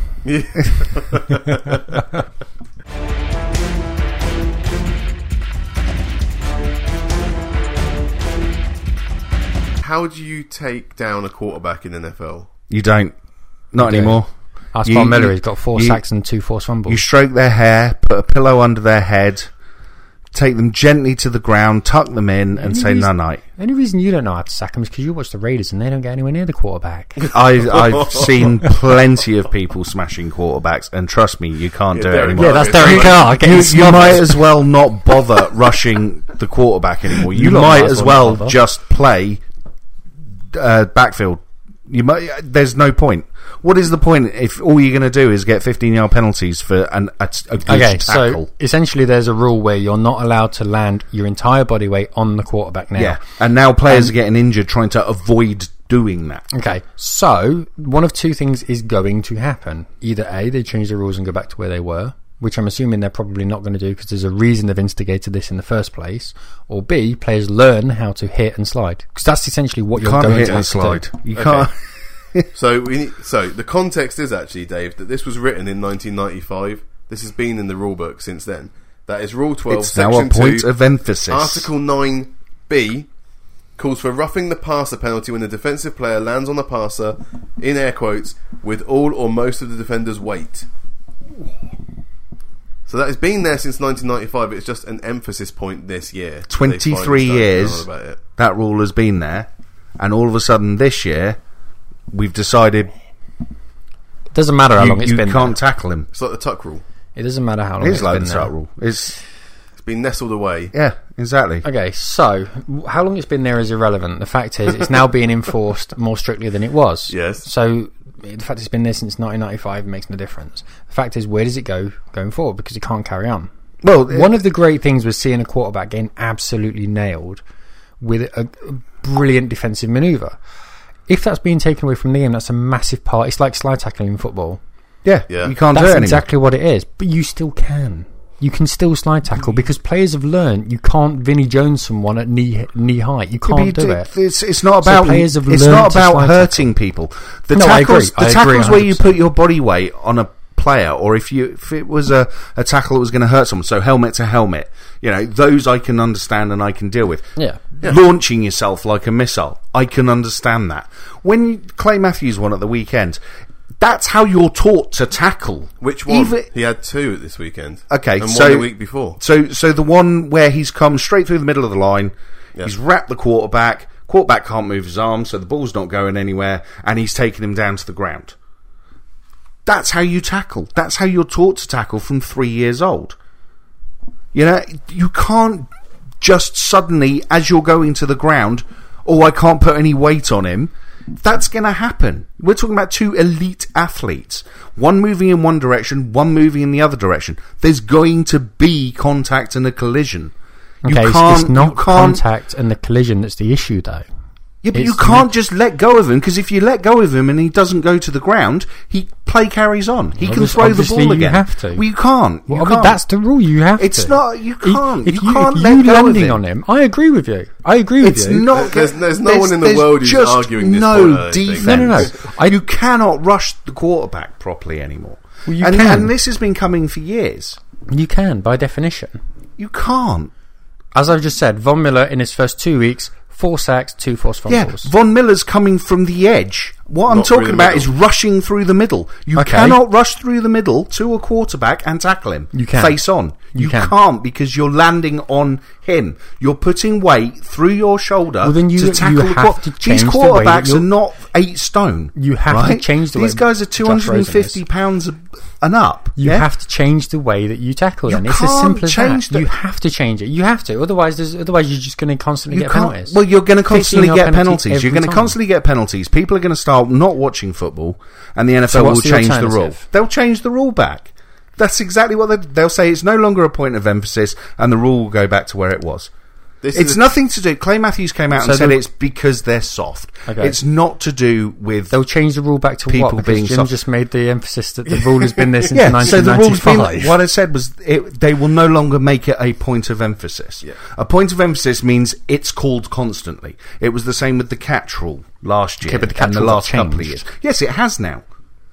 S1: How do you take down a quarterback in NFL?
S3: You don't. Not
S2: You don't.
S3: anymore.
S2: Our
S3: You-
S2: spot Miller,
S3: you-
S2: he's got four
S3: you-
S2: sacks and two forced fumbles.
S3: You stroke their hair, put a pillow under their head, take them gently to the ground, tuck them in, and say
S2: He's-
S3: no night.
S2: the only reason you don't know how to sack him is because you watch the Raiders and they don't get anywhere near the quarterback.
S3: I've, I've seen plenty of people smashing quarterbacks, and trust me, you can't
S1: Yeah,
S3: do it
S1: Derek
S3: anymore.
S2: yeah, that's Derek
S1: You-
S2: Carr
S3: you,
S2: getting
S3: you
S2: smothered.
S3: might as well not bother rushing the quarterback anymore. You,
S2: You lot
S3: might
S2: might as
S3: as
S2: well
S3: well
S2: not bother.
S3: just play uh, backfield. You might, there's no point. What is the point if all you're going to do is get 15 yard penalties for an, a, a good
S2: Okay,
S3: tackle?
S2: so essentially, there's a rule where you're not allowed to land your entire body weight on the quarterback now.
S3: yeah, and now players are getting injured trying to avoid doing that.
S2: Okay, so one of two things is going to happen. Either A, they change the rules and go back to where they were, which I'm assuming they're probably not going to do because there's a reason they've instigated this in the first place, or B, players learn how to hit and slide because that's essentially what you're
S3: can't
S2: going
S3: hit
S2: to
S3: and
S2: have to do.
S3: slide. You can't.
S1: So we need, so the context is actually Dave that this was written in 1995. This has been in the rule book since then. That is Rule 12,
S3: It's now
S1: Section
S3: a point
S1: 2,
S3: of emphasis.
S1: Article 9b calls for roughing the passer penalty when the defensive player lands on the passer, in air quotes, with all or most of the defender's weight. So that has been there since 1995. It's just an emphasis point this year. They finally
S3: 23
S1: started going
S3: years.
S1: on about it.
S3: that rule has been there, and all of a sudden this year, we've decided
S2: Doesn't matter how
S3: you,
S2: long it's
S3: you
S2: been.
S3: can't tackle him.
S1: It's like the tuck rule.
S2: It doesn't matter how long
S3: It is like
S2: been
S3: the
S2: there.
S3: tuck rule. It's
S1: It's been nestled away.
S3: yeah, exactly.
S2: Okay, so w- how long it's been there is irrelevant. The fact is, it's now being enforced more strictly than it was.
S1: Yes.
S2: So the fact it's been there since 1995 makes no difference. The fact is, where does it go going forward? Because it can't carry on.
S3: Well,
S2: One of the great things was seeing a quarterback getting absolutely nailed with a, a brilliant defensive maneuver. If that's being taken away from the game, that's a massive part. It's like slide tackling in football.
S3: yeah,
S1: Yeah.
S3: you can't do it
S2: That's
S3: anymore.
S2: exactly what it is. But you still can. You can still slide tackle because players have learned you can't Vinnie Jones someone at knee knee height. You
S3: Yeah, but
S2: can't do
S3: you
S2: it.
S3: do- It's, it's not about
S2: players have
S3: it's
S2: learned
S3: not
S2: to
S3: about
S2: slide
S3: hurting people. The
S2: No, I
S3: tackles,
S2: agree.
S3: the
S2: I agree
S3: tackles where you
S2: 100%.
S3: put your body weight on a player, or if you if it was a, a tackle that was going to hurt someone, so helmet to helmet, you know, those I can understand and I can deal with.
S2: Yeah.
S3: launching yourself like a missile. I can understand that. When Clay Matthews won at the weekend, that's how you're taught to tackle.
S1: Which one?
S3: Even-
S1: he had two this weekend.
S3: Okay,
S1: and
S3: so
S1: one the week before.
S3: So, so the one where he's come straight through the middle of the line, he's wrapped the quarterback. Quarterback can't move his arm, so the ball's not going anywhere, and he's taking him down to the ground. That's how you tackle. That's how you're taught to tackle from three years old. You know, you can't just suddenly, as you're going to the ground, oh, I can't put any weight on him. That's going to happen. We're talking about two elite athletes, one moving in one direction, one moving in the other direction. There's going to be contact and a collision. You
S2: Okay, it's-
S3: can't,
S2: it's not
S3: you can't,
S2: contact and the collision that's the issue, though.
S3: yeah, but you
S2: it's
S3: can't just let go of him because if you let go of him and he doesn't go to the ground, he play carries on. He can
S2: Obvious-
S3: throw the
S2: obviously
S3: ball
S2: you
S3: again.
S2: have to.
S3: Well, you can't. You
S2: Well, I mean,
S3: can't.
S2: that's the rule. You have
S3: It's
S2: to.
S3: not- you
S2: If-
S3: can't.
S2: If
S3: You
S2: you,
S3: can't
S2: if
S3: let
S2: you
S3: go of
S2: landing
S3: him.
S2: on him, I agree with you. I agree with
S3: It's
S2: you.
S3: not.
S1: There's-
S3: gonna-
S1: there's no one in the
S3: there's
S1: world who's
S3: just
S1: arguing this point, I
S3: No
S1: don't think.
S3: defense.
S2: No, no, no. I-
S3: you cannot rush the quarterback properly anymore.
S2: Well, you
S3: and,
S2: can.
S3: and this has been coming for years.
S2: You can, by definition.
S3: You can't.
S2: As I've just said, Von Miller in his first two weeks, four sacks, two forced
S3: Yeah,
S2: fumbles.
S3: Von Miller's coming from the edge. What I'm
S1: Not through
S3: talking
S1: the
S3: about is
S1: middle.
S3: rushing through the middle. You
S2: Okay.
S3: cannot rush through the middle to a quarterback and tackle him.
S2: You can.
S3: Face on. You,
S2: You can.
S3: not because you're landing on him. You're putting weight through your shoulder
S2: Well, then you-
S3: to
S2: you
S3: tackle the
S2: have
S3: quar-
S2: to
S3: These
S2: change the way that
S3: quarterbacks
S2: you're-
S3: are not eight stone.
S2: You have to
S3: right?
S2: change the way
S3: These guys are
S2: Josh Rosen is.
S3: 250 pounds a- and up.
S2: You
S3: yeah?
S2: have to change the way that you tackle
S3: You
S2: them. It's as
S3: can't
S2: simple as
S3: change
S2: that.
S3: the-
S2: You have to change it. You have to. Otherwise, there's, otherwise you're just going to constantly
S3: You
S2: get
S3: can't-
S2: penalties.
S3: Well, you're going to
S2: 15
S3: constantly
S2: yard
S3: get
S2: penalty
S3: penalties. You're
S2: every
S3: going to
S2: time.
S3: constantly get penalties. People are going to start not watching football, and the NFL
S2: So
S3: will
S2: what's the
S3: change the rule.
S2: alternative?
S3: They'll change the rule back. That's exactly what they, they'll say. It's no longer a point of emphasis, and the rule will go back to where it was.
S1: This
S3: It's
S1: is a-
S3: nothing to do. Clay Matthews came out
S2: So
S3: and said
S2: the-
S3: it's because they're soft.
S2: Okay.
S3: It's not to do with
S2: They'll change the rule back to
S3: People
S2: what? Because
S3: being
S2: Jim
S3: soft.
S2: just made the emphasis that the rule has been there since
S3: yeah. So the rules being
S2: 1995.
S3: what I said was it, they will no longer make it a point of emphasis.
S1: Yeah.
S3: A point of emphasis means it's called constantly. It was the same with the catch rule last year
S2: Okay, but the catch
S3: and the
S2: rule got
S3: last couple of years.
S2: changed.
S3: Yes, it has now.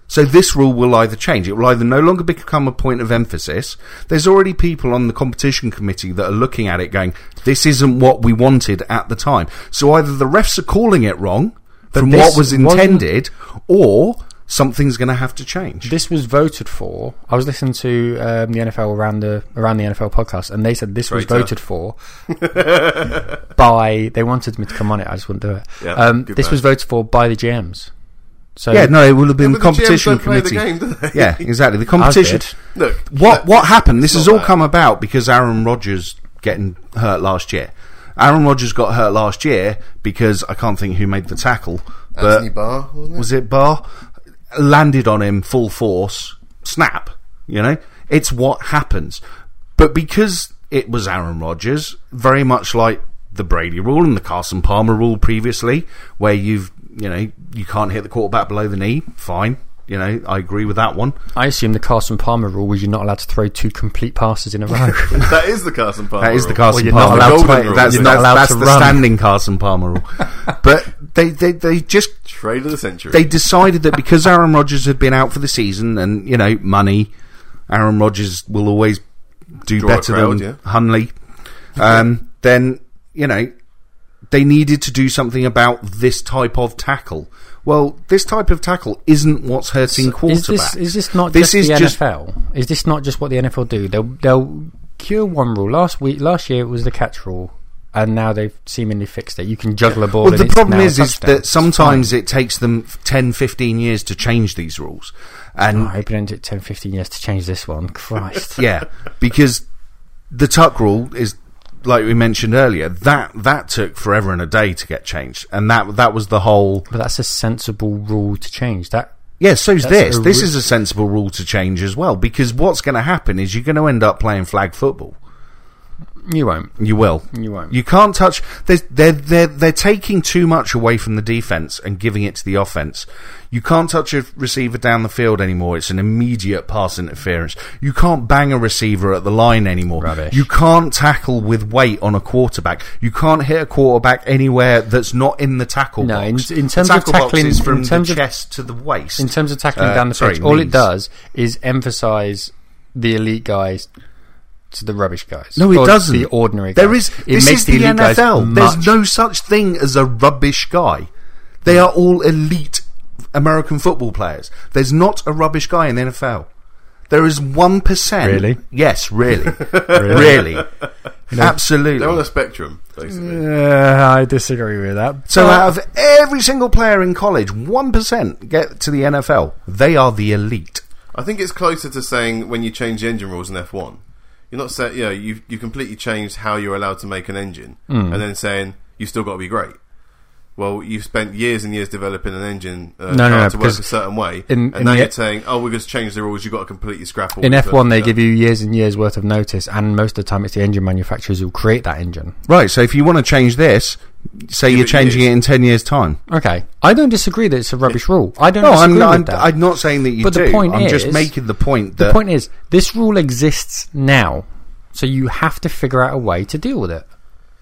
S3: So this rule will either change. It will either no longer become a point of emphasis. There's already people on the competition committee that are looking at it going, this isn't what we wanted at the time. So either the refs are calling it wrong from
S2: this
S3: what was
S2: wasn't-
S3: intended or something's going to have to change.
S2: this was voted for. I was listening to um, the NFL around the around the NFL podcast, and they said this was
S1: Traitor.
S2: voted for by. They wanted me to come on it. I just wouldn't do it.
S1: Yeah,
S2: um,
S1: good
S2: this
S1: man.
S2: was voted for by the GMs. So
S3: yeah, no, it will have been
S1: But
S3: the
S1: the GMs
S3: competition
S1: don't play the
S3: committee.
S1: game, do they?
S3: Yeah, exactly. The competition.
S2: did.
S1: Look,
S3: What what happened? This
S1: it's
S3: has
S1: not
S3: all
S1: that.
S3: come about because Aaron Rodgers getting hurt last year. Aaron Rodgers got hurt last year because I can't think who made the tackle, but
S1: Anthony Barr, wasn't it?
S3: was it Barr landed on him full force? Snap. You know, it's what happens. But because it was Aaron Rodgers, very much like the Brady rule and the Carson Palmer rule previously, where you've you know you can't hit the quarterback below the knee. Fine. You know, I agree with that one.
S2: I assume the Carson Palmer rule was you're not allowed to throw two complete passes in a row.
S1: that is the Carson Palmer.
S3: That is the
S1: rule.
S3: Carson
S2: you're not
S3: Palmer.
S2: allowed
S3: rule.
S1: to- Golden
S3: that's
S1: rule,
S3: that's,
S2: isn't
S3: that's
S2: it? You're not allowed
S3: the
S2: to run.
S3: standing Carson Palmer rule. but they, they, they just
S1: trade of the century.
S3: they decided that because Aaron Rodgers had been out for the season and you know money, Aaron Rodgers will always do
S1: Draw a
S3: better
S1: crowd,
S3: than
S1: yeah.
S3: Hunley. Um, then you know they needed to do something about this type of tackle. Well, this type of tackle isn't what's hurting quarterback.
S2: is this is this not
S3: This
S2: just
S3: is
S2: the
S3: just-
S2: NFL? Is this not just what the NFL do? They'll they'll cure one rule. Last week, last year it was the catch rule, and now they've seemingly fixed it. You can juggle a ball.
S3: Well,
S2: and
S3: the
S2: it's
S3: problem
S2: now a
S3: is, is
S2: touchdown.
S3: that
S2: It's
S3: sometimes it takes them 10, 15 years to change these rules. And
S2: I hope it ends at 10, 15 years to change this one. Christ.
S3: yeah, because the tuck rule is like we mentioned earlier that that took forever and a day to get changed, and that that was the whole.
S2: But that's a sensible rule to change. That
S3: Yeah, so's
S2: That's
S3: this.
S2: a
S3: This
S2: ru-
S3: is a sensible rule to change as well, because what's going to happen is you're going to end up playing flag football.
S2: you won't.
S3: You will.
S2: You won't.
S3: You can't touch. They're they're they're, they're taking too much away from the defense and giving it to the offense. You can't touch a receiver down the field anymore. It's an immediate pass interference. You can't bang a receiver at the line anymore.
S2: Rubbish.
S3: You can't tackle with weight on a quarterback. You can't hit a quarterback anywhere that's not in the tackle
S2: No, in-
S3: box.
S2: in terms
S3: the
S2: of
S3: tackle box
S2: tackling-
S3: is from
S2: in terms
S3: the
S2: of-
S3: chest to the waist.
S2: in terms of tackling
S3: Uh,
S2: down the
S3: sorry,
S2: pitch, all it
S3: knees.
S2: does is emphasise the elite guys to the rubbish guys.
S3: No, it
S2: Or
S3: doesn't.
S2: The ordinary. Guys.
S3: There is.
S2: It
S3: this
S2: makes
S3: is
S2: the,
S3: the,
S2: elite guys
S3: NFL.
S2: much-
S3: There's no such thing as a rubbish guy. They are all elite American football players. There's not a rubbish guy in the NFL. There is one percent.
S2: Really?
S3: Yes, really,
S2: Really?
S3: really, absolutely.
S1: They're on a spectrum, basically.
S2: Uh, I disagree with that.
S3: so, uh, out
S2: but-
S3: of every single player in college, one percent get to the NFL. They are the elite.
S1: I think it's closer to saying when you change the engine rules in F1, you're not set. You know, you you completely changed how you're allowed to make an engine, and then saying you still got to be great. Well, you've spent years and years developing an engine uh, car
S2: No, no, no,
S1: to work
S2: because
S1: a certain way,
S2: in-
S1: and
S2: in
S1: now
S2: the-
S1: you're saying, "Oh, we're going to change the rules. You've got to completely scrap all."
S2: in
S1: the-
S2: F1, they
S1: yeah.
S2: give you years and years worth of notice, and most of the time, it's the engine manufacturers who create that engine.
S3: Right. So, if you want to change this, say
S1: Give
S3: you're
S1: it
S3: changing
S1: years.
S3: it in ten years' time.
S2: Okay, I don't disagree that it's a rubbish rule. I don't
S3: No,
S2: disagree
S3: I'm,
S2: with
S3: I'm,
S2: that.
S3: I'm not saying that you
S2: But
S3: do.
S2: the point
S3: I'm just
S2: is-
S3: making the point that
S2: the point is, this rule exists now, so you have to figure out a way to deal with it.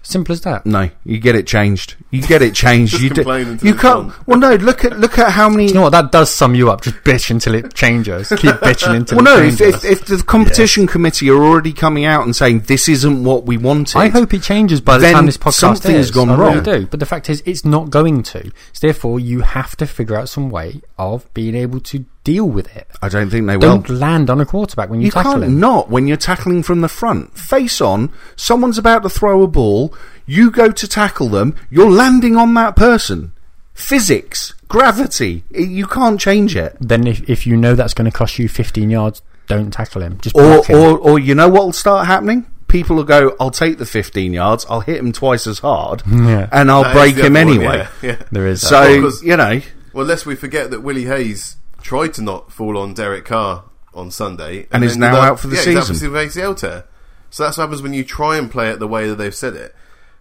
S2: Simple as that.
S3: No, you get it changed. You get it changed.
S1: Just
S3: you do-
S1: complain until
S3: you
S1: it's
S3: can't.
S1: gone.
S3: Well, no. Look at look at how many.
S2: You know what? That does sum you up. Just bitch until it changes. Keep bitching until
S3: well,
S2: it
S3: no. If,
S2: changes.
S3: if, if the competition committee are already coming out and saying this isn't what we wanted,
S2: I hope it changes by the
S3: then
S2: time this podcast
S3: something's
S2: airs.
S3: gone
S2: I really
S3: wrong.
S2: do. But the fact is, it's not going to. So therefore, you have to figure out some way of being able to deal with it.
S3: I don't think they will.
S2: Don't land on a quarterback when you,
S3: You
S2: tackle
S3: can't
S2: him.
S3: not when you're tackling from the front, face on. Someone's about to throw a ball. You go to tackle them. You're landing on that person. Physics, gravity. it- you can't change it.
S2: Then if, if you know that's going to cost you 15 yards, don't tackle him. Just
S3: or,
S2: block him.
S3: or, or you know what will start happening? People will go, I'll take the 15 yards, I'll hit him twice as hard,
S2: Yeah.
S3: and I'll
S1: That is
S3: break
S1: the other
S3: him
S1: one,
S3: anyway.
S1: yeah, yeah.
S2: there is that.
S3: So,
S1: Well, 'cause-
S3: you know,
S1: Well, lest we forget that Willie Hayes tried to not fall on Derek Carr on Sunday,
S3: And is
S1: then
S3: now
S1: ended up-
S3: out for the
S1: yeah, he's out
S3: season.
S1: for the ACL tear. So that's what happens when you try and play it the way that they've said it.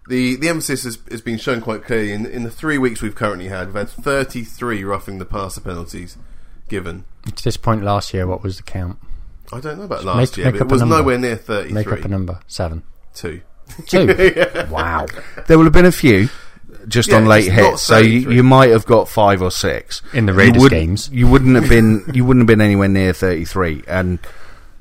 S1: the the emphasis has, has been shown quite clearly in in the three weeks we've currently had. We've had 33 roughing the passer penalties given.
S2: To this point last year, what was the count?
S1: I don't know about
S2: make-
S1: last year,
S2: make
S1: but it
S2: up a
S1: was
S2: number.
S1: nowhere near
S2: Make
S1: 33.
S2: up a number. Seven.
S1: Two.
S2: Two.
S3: Wow. There will have been a few just
S1: Yeah,
S3: on late
S1: it's not
S3: hits, so you,
S1: 33.
S3: you might have got five or six
S2: In the
S3: You
S2: Raiders
S3: wouldn't-
S2: games.
S3: You wouldn't have been you wouldn't have been anywhere near thirty three, and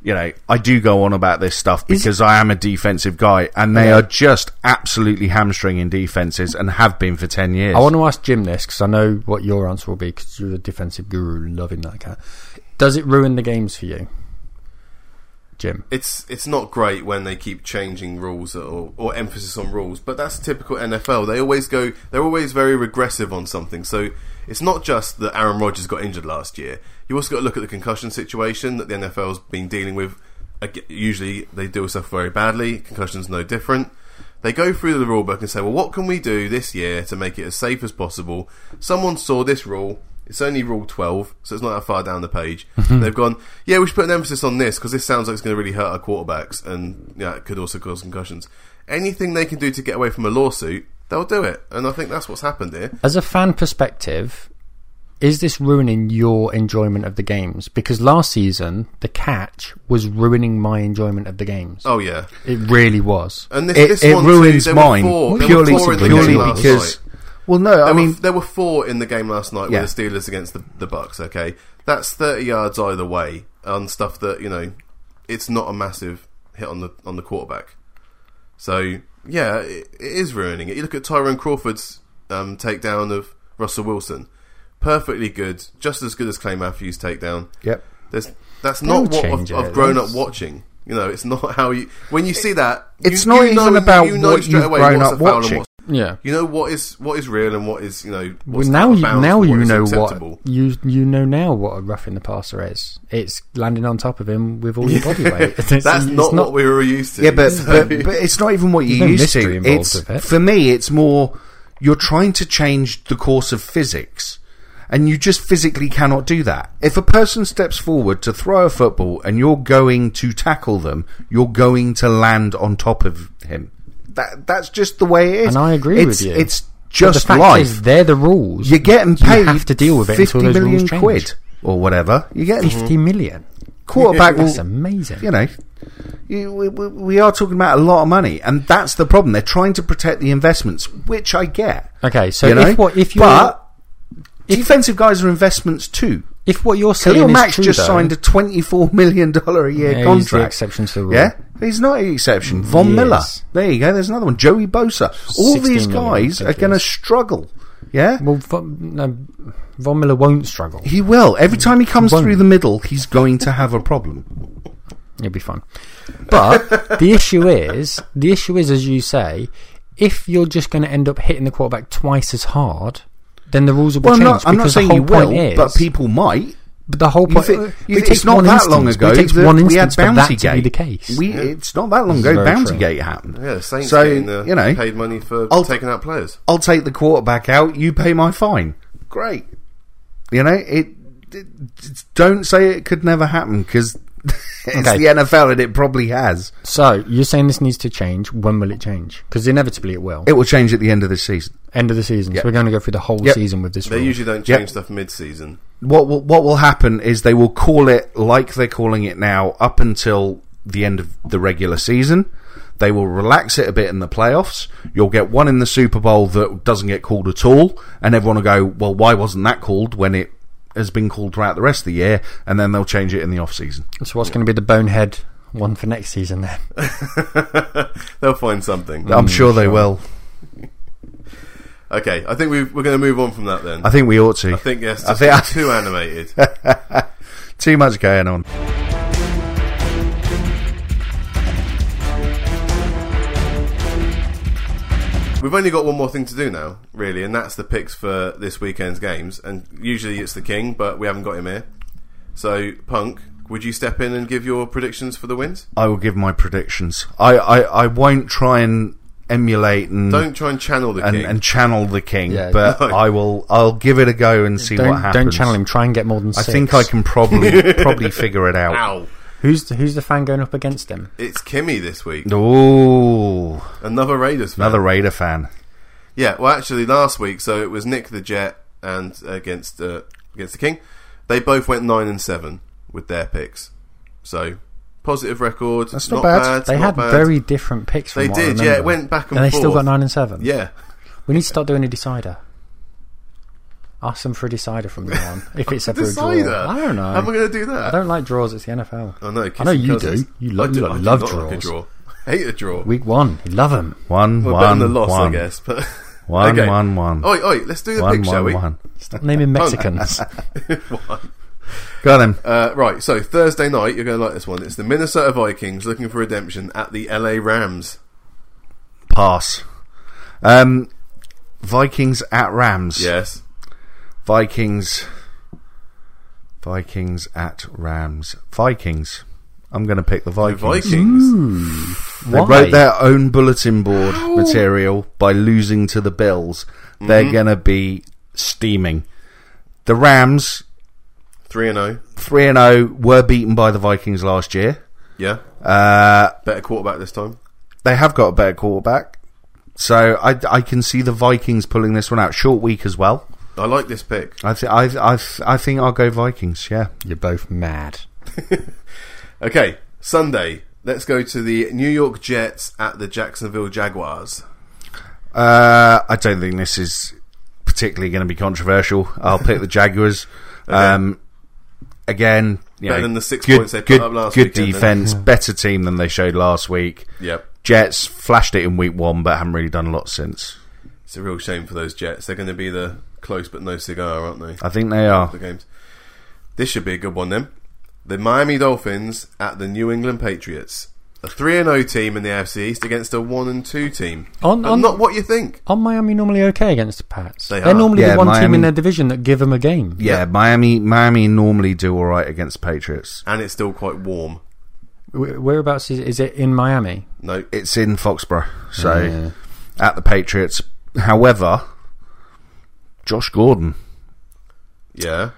S3: you know I do go on about this stuff because I am a defensive guy, and they
S2: Yeah.
S3: are just absolutely hamstringing defenses and have been for ten years.
S2: I want to ask Jim this because I know what your answer will be because you're the defensive guru, loving that cat. Does it ruin the games for you, Jim?
S1: It's it's not great when they keep changing rules or, or emphasis on rules, but that's typical NFL. They always go. They're always very regressive on something. So it's not just that Aaron Rodgers got injured last year. You also got to look at the concussion situation that the NFL's been dealing with. Ag- Usually they deal with stuff very badly. Concussions no different. They go through the rule book and say, well, what can we do this year to make it as safe as possible? Someone saw this rule. It's only rule 12, so it's not that far down the page.
S3: Mhm.
S1: They've gone, yeah, we should put an emphasis on this because this sounds like it's going to really hurt our quarterbacks and yeah, it could also cause concussions. Anything they can do to get away from a lawsuit, they'll do it. And I think that's what's happened here.
S2: As a fan perspective, is this ruining your enjoyment of the games? Because last season, the catch was ruining my enjoyment of the games.
S1: Oh, Uh, yeah.
S2: It really was.
S1: And this,
S3: it,
S1: this
S3: it
S1: one,
S3: ruins
S1: too, there
S3: mine
S1: Were four, there
S3: purely
S1: were four in the
S3: purely
S1: game last
S3: because.
S1: night.
S3: Well, no, I
S1: There
S3: mean
S1: were, there were four in the game last night
S3: Yeah.
S1: with the Steelers against the, the Bucks. Okay, that's thirty yards either way on stuff that you know. It's not a massive hit on the on the quarterback. So yeah, it, it is ruining it. You look at Tyrone Crawford's um, takedown of Russell Wilson, perfectly good, just as good as Clay Matthews' takedown.
S3: Yep.
S1: There's, that's
S2: Don't
S1: not what I've,
S2: change it.
S1: I've grown up
S2: That's-
S1: watching. You know, it's not how you when you see that.
S3: It's
S1: you,
S3: not
S1: you
S3: even
S1: know,
S3: about
S1: you know
S3: what
S1: straight
S3: you've
S1: away
S3: grown
S1: what's
S3: up
S1: a foul and
S3: watching.
S1: what's
S2: Yeah.
S1: you know what is what is real and what is you know.
S2: Well,
S1: What's
S2: now,
S1: out of
S2: you,
S1: bounds,
S2: now
S1: what
S2: you
S1: is
S2: know
S1: acceptable.
S2: what you you know now what a rough in the passer is. It's landing on top of him with all your body weight. It's-
S1: That's
S2: it's
S1: not, what we were used to.
S3: Yeah, but,
S1: So-
S3: but but it's not even what you
S2: no
S3: used
S2: mystery
S3: to.
S2: involved
S3: It's
S2: with it.
S3: for me, it's more you're trying to change the course of physics, and you just physically cannot do that. If a person steps forward to throw a football and you're going to tackle them, you're going to land on top of him. That that's just the way it is.
S2: And I agree
S3: It's-
S2: with you.
S3: It's
S2: But
S3: just
S2: the fact
S3: life.
S2: is, they're the rules.
S3: you're getting paid.
S2: You have to deal with it
S3: Fifty
S2: until those
S3: million
S2: rules change.
S3: quid or whatever. You're getting
S2: Fifty million.
S3: quarterback
S2: That's
S3: will
S2: amazing.
S3: you know, you, we, we we are talking about a lot of money, and that's the problem. They're trying to protect the investments, which I get.
S2: Okay, so
S3: you know?
S2: if what if you
S3: but defensive guys are investments too.
S2: if what you're saying
S3: Khalil
S2: is
S3: Max
S2: true,
S3: just
S2: though,
S3: signed a twenty-four million dollar a year
S2: Yeah, he's the
S3: contract.
S2: exception to the rule.
S3: Yeah, he's not the exception. Von
S2: He
S3: Miller.
S2: is.
S3: There you go. There's another one. Joey Bosa. All
S2: 16
S3: these
S2: million, I
S3: guys
S2: think
S3: are
S2: it
S3: going to
S2: is.
S3: struggle. Yeah,
S2: well, Von, no, Von Miller won't struggle.
S3: he will. Every time he comes
S2: Won't.
S3: through the middle, he's going to have a problem.
S2: You'll be fine. But the issue is, the issue is, as you say, if you're just going to end up hitting the quarterback twice as hard, then the rules will be
S3: Well, I'm
S2: changed.
S3: not, I'm not
S2: because the
S3: saying you
S2: whole
S3: will,
S2: point is-
S3: but people might.
S2: but the whole
S3: You
S2: point.
S3: thi- you
S2: it
S3: thi-
S2: takes
S3: it's not
S2: one
S3: that
S2: instance,
S3: long ago.
S2: It takes
S3: that
S2: one
S3: we had
S2: instance for that
S3: Bounty
S2: to be
S3: Gate.
S2: the case.
S3: We, It's not that long ago.
S2: very
S3: Bounty
S2: true.
S3: Gate happened.
S1: yeah, the Saints
S3: so
S1: getting the,
S3: you know,
S1: paid money for
S3: I'll-
S1: taking out players.
S3: I'll take the quarterback out. You pay my fine. Great. You know, it. it- it's- don't say it could never happen because it's
S2: Okay.
S3: the NFL and it probably has.
S2: so you're saying this needs to change. When will it change? Because inevitably it will.
S3: It will change at the end of the season.
S2: End of the season.
S3: Yep.
S2: So we're going to go through the whole
S3: Yep.
S2: season with this.
S1: They
S2: rule.
S1: usually don't
S3: Yep.
S1: change stuff mid-season.
S3: What will what will happen is they will call it like they're calling it now up until the end of the regular season. They will relax it a bit in the playoffs. You'll get one in the Super Bowl that doesn't get called at all, and everyone will go, "Well, why wasn't that called when it has been called throughout the rest of the year?" And then they'll change it in the off season.
S2: So what's going to be the bonehead one for next season then?
S1: They'll find something.
S3: I'm sure they will.
S1: Okay, I think we've, we're going to move on from that then.
S3: I think we ought to.
S1: I think yes,
S3: I
S1: just
S3: think-
S1: too animated.
S3: Too much going on.
S1: We've only got one more thing to do now, really, and that's the picks for this weekend's games. And usually it's the king, but we haven't got him here. So, Punk, would you step in and give your predictions for the wins?
S3: I will give my predictions. I I, I won't try and emulate and.
S1: Don't try and channel the
S3: and,
S1: king.
S3: and channel the king,
S2: Yeah.
S3: but
S1: No.
S3: I will. I'll give it a go and see what
S2: don't
S3: happens.
S2: don't channel him. Try and get more than
S3: I
S2: six.
S3: think I can probably probably figure it out.
S1: Ow!
S2: Who's the, who's the fan going up against him?
S1: It's Kimmy this week.
S3: Ooh,
S1: Another Raiders fan.
S3: another Raider fan.
S1: Yeah, well, actually, last week, so it was Nick the Jet and against uh, against the King. They both went nine and seven with their picks. So positive record.
S3: That's not bad.
S2: They
S1: not
S2: had
S1: bad.
S2: very different picks. From
S1: They
S2: what I
S1: did. Yeah,
S2: remember.
S1: it went back and,
S2: And they
S1: forth.
S2: still got nine and seven.
S1: Yeah,
S2: We need to start doing a decider. Ask them for a decider from now on. If it's ever a
S1: decider.
S2: draw, I don't know.
S1: How am I going to do
S2: I
S1: that?
S2: don't like draws. It's the NFL.
S1: I know.
S2: I know you
S1: cousins.
S2: do. You lo-
S1: I do-
S2: you
S1: I do
S2: love
S1: not like a
S2: draws.
S1: draw. I hate a draw. We,
S2: Week one, you love them.
S3: One,
S1: are better
S3: one,
S1: than the loss,
S3: one.
S1: I guess. But
S3: One,
S1: okay.
S3: one, one.
S1: Oi, oi! Let's do the
S3: One,
S1: pick, shall
S3: one,
S1: we?
S3: one.
S2: Stop naming Mexicans.
S3: Got him.
S1: Uh, right, so Thursday night, you're going to like this one. It's the Minnesota Vikings looking for redemption at the LA Rams.
S3: Pass. Um, Vikings at Rams.
S1: Yes.
S3: Vikings. Vikings at Rams. Vikings. I'm going to pick the Vikings.
S1: Vikings.
S3: They
S2: Why?
S3: wrote their own bulletin board material by losing to the Bills. They're going to be steaming. The Rams,
S1: 3 and oh. 0.
S3: 3 and 0, were beaten by the Vikings last year.
S1: Yeah.
S3: Uh,
S1: Better quarterback this time.
S3: they have got a better quarterback. So I, I can see the Vikings pulling this one out. Short week as well.
S1: I like this pick.
S3: I, th- I, th- I, th- I think I'll go Vikings, yeah.
S2: You're both mad.
S1: Okay, Sunday. Let's go to the New York Jets at the Jacksonville Jaguars.
S3: Uh, I don't think this is particularly going to be controversial. I'll pick the Jaguars. Um, again, you
S1: Better
S3: know,
S1: than the six
S3: good,
S1: points they put
S3: good,
S1: up last
S3: Good
S1: weekend,
S3: defense, better team than they showed last week.
S1: Yep.
S3: Jets flashed it in week one, but haven't really done a lot since.
S1: It's a real shame for those Jets. They're going to be the close but no cigar, aren't they?
S3: I think they are.
S1: The games. This should be a good one then. The Miami Dolphins at the New England Patriots. A 3 and 0 team in the AFC East against a 1 and 2 team.
S2: On-
S1: But
S2: on-
S1: not what you think.
S2: Aren't Miami normally okay against the Pats?
S1: They
S2: are
S1: are.
S2: normally
S3: Yeah,
S2: the one team
S3: Miami-
S2: in their division that give them a game.
S3: Yeah, Miami. Miami normally do all right against Patriots.
S1: And it's still quite warm.
S2: Wh- Whereabouts is, is it in Miami?
S1: No.
S3: It's in Foxborough, so at the Patriots. However, Josh Gordon
S1: Yeah.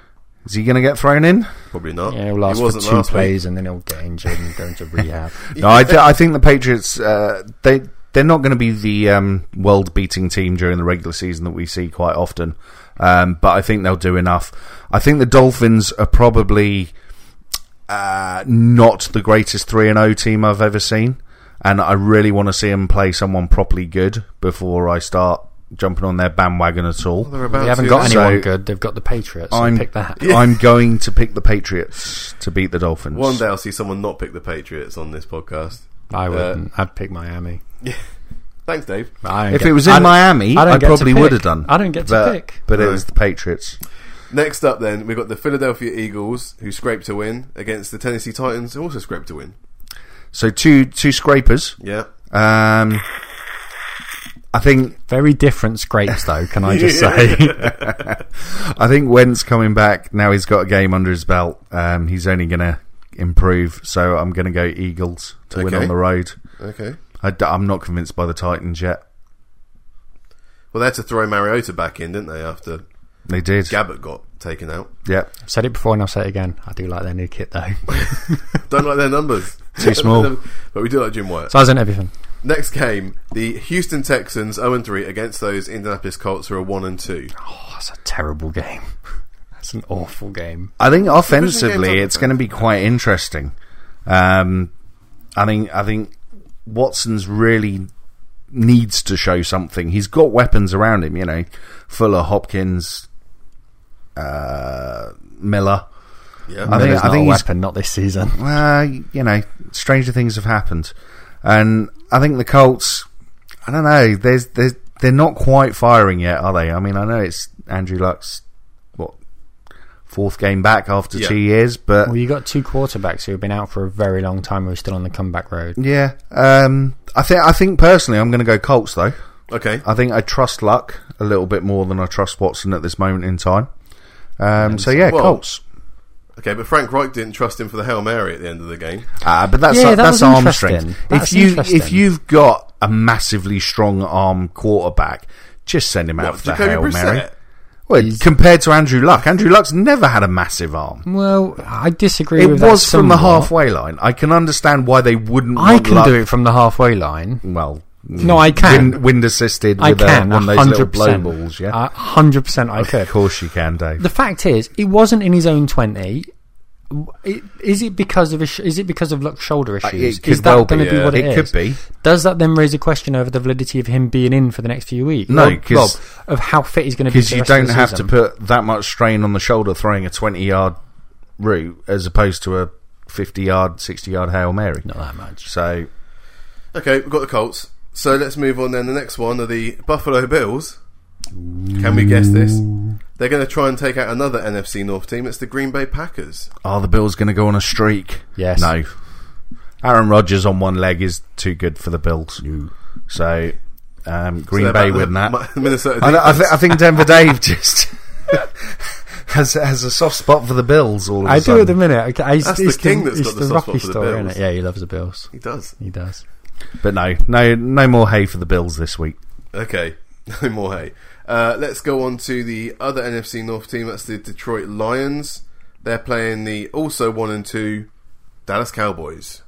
S3: is he going to get thrown in?
S1: Probably not.
S2: Yeah, he'll last
S1: he
S2: for
S1: wasn't
S2: two
S1: last week.
S2: plays and then he'll get injured and go into rehab.
S3: No, I, th- I think the Patriots uh, they they're not going to be the um, world beating team during the regular season that we see quite often, um, but I think they'll do enough. I think the Dolphins are probably uh, not the greatest three and O team I've ever seen, and I really want to see them play someone properly good before I start jumping on their bandwagon at all.
S1: They're about
S2: they haven't
S1: to-
S2: got
S3: So-
S2: anyone good. They've got the Patriots. so
S3: I'm
S2: pick that.
S3: I'm going to pick the Patriots to beat the Dolphins.
S1: One day I'll see someone not pick the Patriots on this podcast.
S3: uh,
S2: I wouldn't. I'd pick Miami.
S1: Thanks, Dave.
S2: But I don't
S3: If
S2: get-
S3: it was in
S2: I don't-
S3: Miami,
S2: I
S3: I,
S2: don't get to
S3: probably would have
S2: pick.
S3: done.
S2: I don't get to
S3: but,
S2: pick.
S3: but it
S1: No.
S3: was the Patriots.
S1: Next up, then we've got the Philadelphia Eagles who scraped a win against the Tennessee Titans, who also scraped a win.
S3: So two two scrapers.
S1: Yeah,
S3: Um, I think
S2: Very different scrapes, though. Can I just say?
S3: I think Wentz coming back now. He's got a game under his belt. Um, he's only going to improve. So I'm going to go Eagles to win
S1: Okay.
S3: on the road.
S1: okay.
S3: I, am not convinced by the Titans yet.
S1: Well, they had to throw Mariota back in, didn't they? After
S3: They did. Yep.
S1: Gabbert got taken out.
S2: I've said it before and I'll say it again. I do like their new kit though.
S1: Don't like their numbers.
S3: Too small.
S1: but we do like Jim Wyatt.
S2: Size and everything.
S1: Next game, the Houston Texans 0 3 against those Indianapolis Colts who are 1 and 2.
S2: Oh, that's a terrible game. That's an awful game.
S3: I think offensively,
S1: games
S3: it's going to be quite interesting. Um, I think I think Watson's really needs to show something. He's got weapons around him, you know, Fuller, Hopkins, uh, Miller.
S1: Yeah,
S3: I think-
S2: Miller's
S3: I
S2: not
S3: think
S2: a
S3: he's-
S2: weapon, not this season.
S3: Uh, you know, stranger things have happened, and I think the Colts. I don't know. There's there's they're not quite firing yet, are they? I mean, I know it's Andrew Luck's what fourth game back after
S1: Yeah.
S3: two years, but
S2: Well, you got two quarterbacks who have been out for a very long time who are still on the comeback road.
S3: Yeah, um, I think I think personally, I'm going to go Colts though.
S1: okay.
S3: I think I trust Luck a little bit more than I trust Watson at this moment in time. Um, so yeah,
S1: Well-
S3: Colts.
S1: Okay, but Frank Reich didn't trust him for the Hail Mary at the end of the game.
S3: Uh, but that's
S2: Yeah, that
S3: that's
S2: was
S3: arm
S2: interesting.
S3: strength.
S2: That's
S3: if you
S2: interesting.
S3: if you've got a massively strong arm quarterback, just send him out
S1: What,
S3: for the
S1: Jacoby
S3: hail
S1: Brissett?
S3: mary. Well,
S2: He's-
S3: compared to Andrew Luck, Andrew Luck's never had a massive arm.
S2: Well, I disagree
S3: It
S2: with
S3: was
S2: that.
S3: from the
S2: somewhat.
S3: halfway line. I can understand why they wouldn't.
S2: I
S3: want
S2: can
S3: Luck-
S2: do it from the halfway line.
S3: Well,
S2: No, I can.
S3: Wind, wind assisted.
S2: I
S3: with uh,
S2: can.
S3: one of those little
S2: 100%.
S3: blow balls. Yeah,
S2: Uh, 100% I
S3: of
S2: could.
S3: course you can, Dave.
S2: The fact is, it wasn't in his own 20. W- it- Is it because of his, sh- is it because of Luck's shoulder
S3: Uh,
S2: issues?
S3: it could
S2: is that
S3: well
S2: going to
S1: be,
S2: be
S1: yeah.
S2: what
S3: it
S2: it
S3: could
S2: is?
S3: be.
S2: Does that then raise a question over the validity of him being in for the next few weeks?
S3: No,
S2: Or-
S3: 'cause-
S2: well, of how fit he's going to be.
S3: because
S2: for the
S3: you
S2: rest of
S3: don't
S2: the
S3: have to
S2: season.
S3: put that much strain on the shoulder throwing a 20 yard route as opposed to a 50 yard 60 yard hail mary
S2: not that much.
S3: so
S1: Okay, we've got the Colts. So let's move on then. The next one are the Buffalo Bills. Can we guess this? They're going to try and take out another NFC North team. It's the Green Bay Packers.
S3: are the bills going to go on a streak
S2: Yes.
S3: no aaron rodgers on one leg is too good for the bills so um, green
S1: So they're
S3: bay
S1: back to
S3: win
S1: the-
S3: that
S1: Mi- Minnesota.
S3: I, I,
S1: defense.
S3: th- I think denver dave just has, has a soft spot for the bills all of a
S2: I do
S3: sudden.
S2: at the minute. I, I,
S1: That's
S2: it's
S1: the king that's
S2: it's
S1: got the soft
S2: Rocky
S1: spot for the
S2: story,
S1: Bills.
S2: isn't it? Yeah, he loves the Bills.
S1: he does.
S2: He does.
S3: but no no no more hay for the bills this week
S1: Okay, no more hay. Uh, let's go on to the other NFC North team. That's the Detroit Lions. They're playing the also one and two Dallas Cowboys.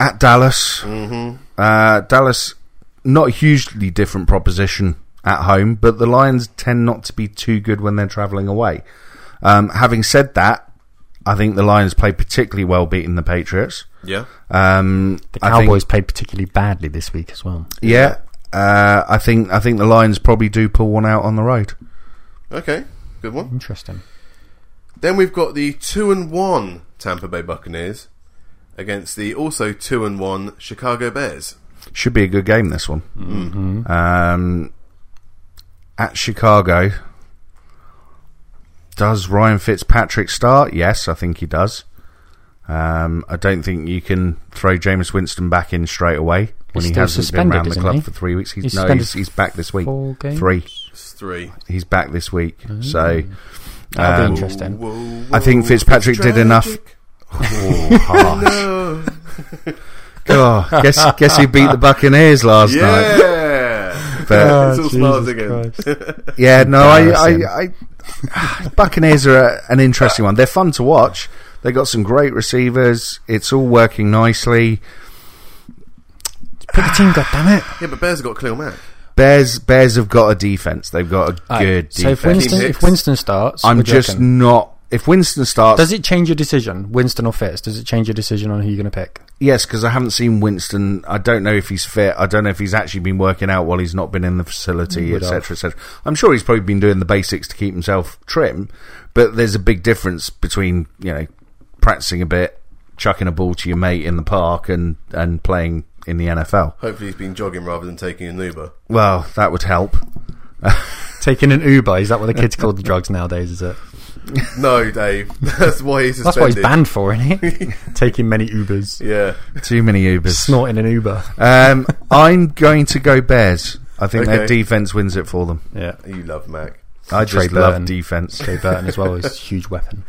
S3: at Dallas. Uh, Dallas, not a hugely different proposition at home, but the Lions tend not to be too good when they're travelling away. Um, having said that, I think the Lions played particularly well beating the Patriots.
S1: Yeah,
S3: Um,
S2: The
S3: I think-
S2: Cowboys played particularly badly this week as well.
S3: yeah. Uh, I think I think the Lions probably do pull one out on the road.
S1: Okay, good one.
S2: Interesting.
S1: Then we've got the two and one Tampa Bay Buccaneers against the also two and one Chicago Bears.
S3: Should be a good game this one.
S2: Mm-hmm.
S3: Um, at Chicago, does Ryan Fitzpatrick start? Yes, I think he does. Um, I don't think you can throw Jameis Winston back in straight away when
S2: He's
S3: he
S2: still
S3: hasn't been
S2: suspended,
S3: around the
S2: isn't
S3: club
S2: he?
S3: for three weeks. He's,
S2: He's
S3: no,
S2: suspended
S3: he's, he's back this week.
S2: four games? Mm.
S3: Three.
S1: It's three.
S3: He's back this week. So
S2: That'll
S3: Um,
S2: be interesting.
S1: Whoa, whoa,
S3: I think Fitzpatrick
S1: it's
S3: did enough.
S1: tragic. Uh,
S3: Oh, harsh.
S1: No.
S3: oh, guess guess he beat the Buccaneers last night.
S1: Yeah.
S3: But
S2: Oh,
S1: It's all smiles again.
S3: Yeah, no, I,
S2: Embarrassing.
S3: I, I Buccaneers are a, an interesting one. They're fun to watch. They got some great receivers. It's all working nicely.
S2: Pick a team, goddammit.
S1: Yeah, but Bears have got Cleo Mack.
S3: Bears, Bears have got a defense. They've got a good
S2: So if
S3: defense.
S2: Winston,
S1: Hicks.
S2: if Winston starts,
S3: I'm
S2: what do you
S3: just
S2: reckon?
S3: not. If Winston starts,
S2: Does it change your decision, Winston or Fitz? Does it change your decision on who you're going to pick?
S3: yes, because I haven't seen Winston. I don't know if he's fit. I don't know if he's actually been working out while he's not been in the facility,
S2: Would
S3: etc., etc. I'm sure he's probably been doing the basics to keep himself trim, but there's a big difference between you know practicing a bit, chucking a ball to your mate in the park, and and playing in the NFL.
S1: Hopefully, he's been jogging rather than taking an Uber.
S3: Well, that would help.
S2: Taking an Uber is that what the kids call the drugs nowadays? Is it?
S1: No, Dave. That's why he's
S2: That's
S1: suspended.
S2: what he's banned for, isn't it? Taking many Ubers,
S1: Yeah.
S3: Too many Ubers.
S2: snorting an Uber.
S3: Um, I'm going to go Bears. I think their
S1: Okay.
S3: defense wins it for them.
S2: Yeah,
S1: You love Mac.
S3: I just
S2: Trey
S3: love
S2: Burton.
S3: defense.
S2: Trey Burton as well is a huge weapon.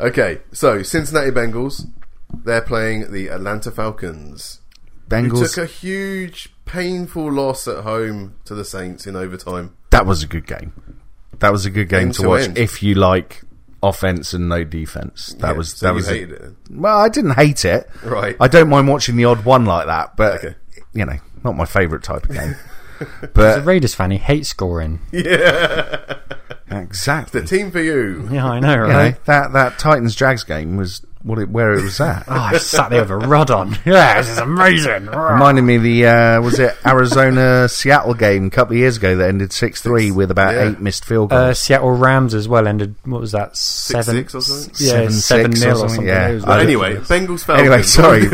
S1: Okay, so Cincinnati Bengals. They're playing the Atlanta Falcons. Who
S3: Bengals.
S1: took a huge, painful loss at home to the Saints in overtime.
S3: that was a good game. That was a good game
S1: End
S3: to
S1: to
S3: watch
S1: end.
S3: if you like offense and no defense. That
S1: Yeah,
S3: was
S1: so
S3: that
S1: you
S3: was a-
S1: hated it.
S3: Well, I didn't hate it.
S1: Right.
S3: I don't mind watching the odd one like that, but
S1: Okay.
S3: you know, not my favorite type of game.
S2: The
S3: but
S2: Raiders fan, he hates scoring.
S1: The
S3: exactly.
S1: team for you.
S2: Yeah, I know,
S3: You
S2: right?
S3: know, that that Titans Jags game was what it where it was at.
S2: Oh, I sat there with a rod on. Yeah, this is amazing.
S3: Reminded me of the uh, was it Arizona Seattle game a couple of years ago that ended six three with about
S1: Yeah.
S3: eight missed field
S2: Uh,
S3: goals.
S2: Seattle Rams as well ended. What was that? Seven,
S1: six or something?
S2: Yeah,
S3: Seven,
S2: seven
S3: six
S2: nil
S3: or
S2: or
S3: something,
S2: something.
S3: yeah.
S2: It was
S3: Uh,
S1: Anyway, Bengals
S2: ridiculous.
S1: Falcons.
S3: Anyway, sorry.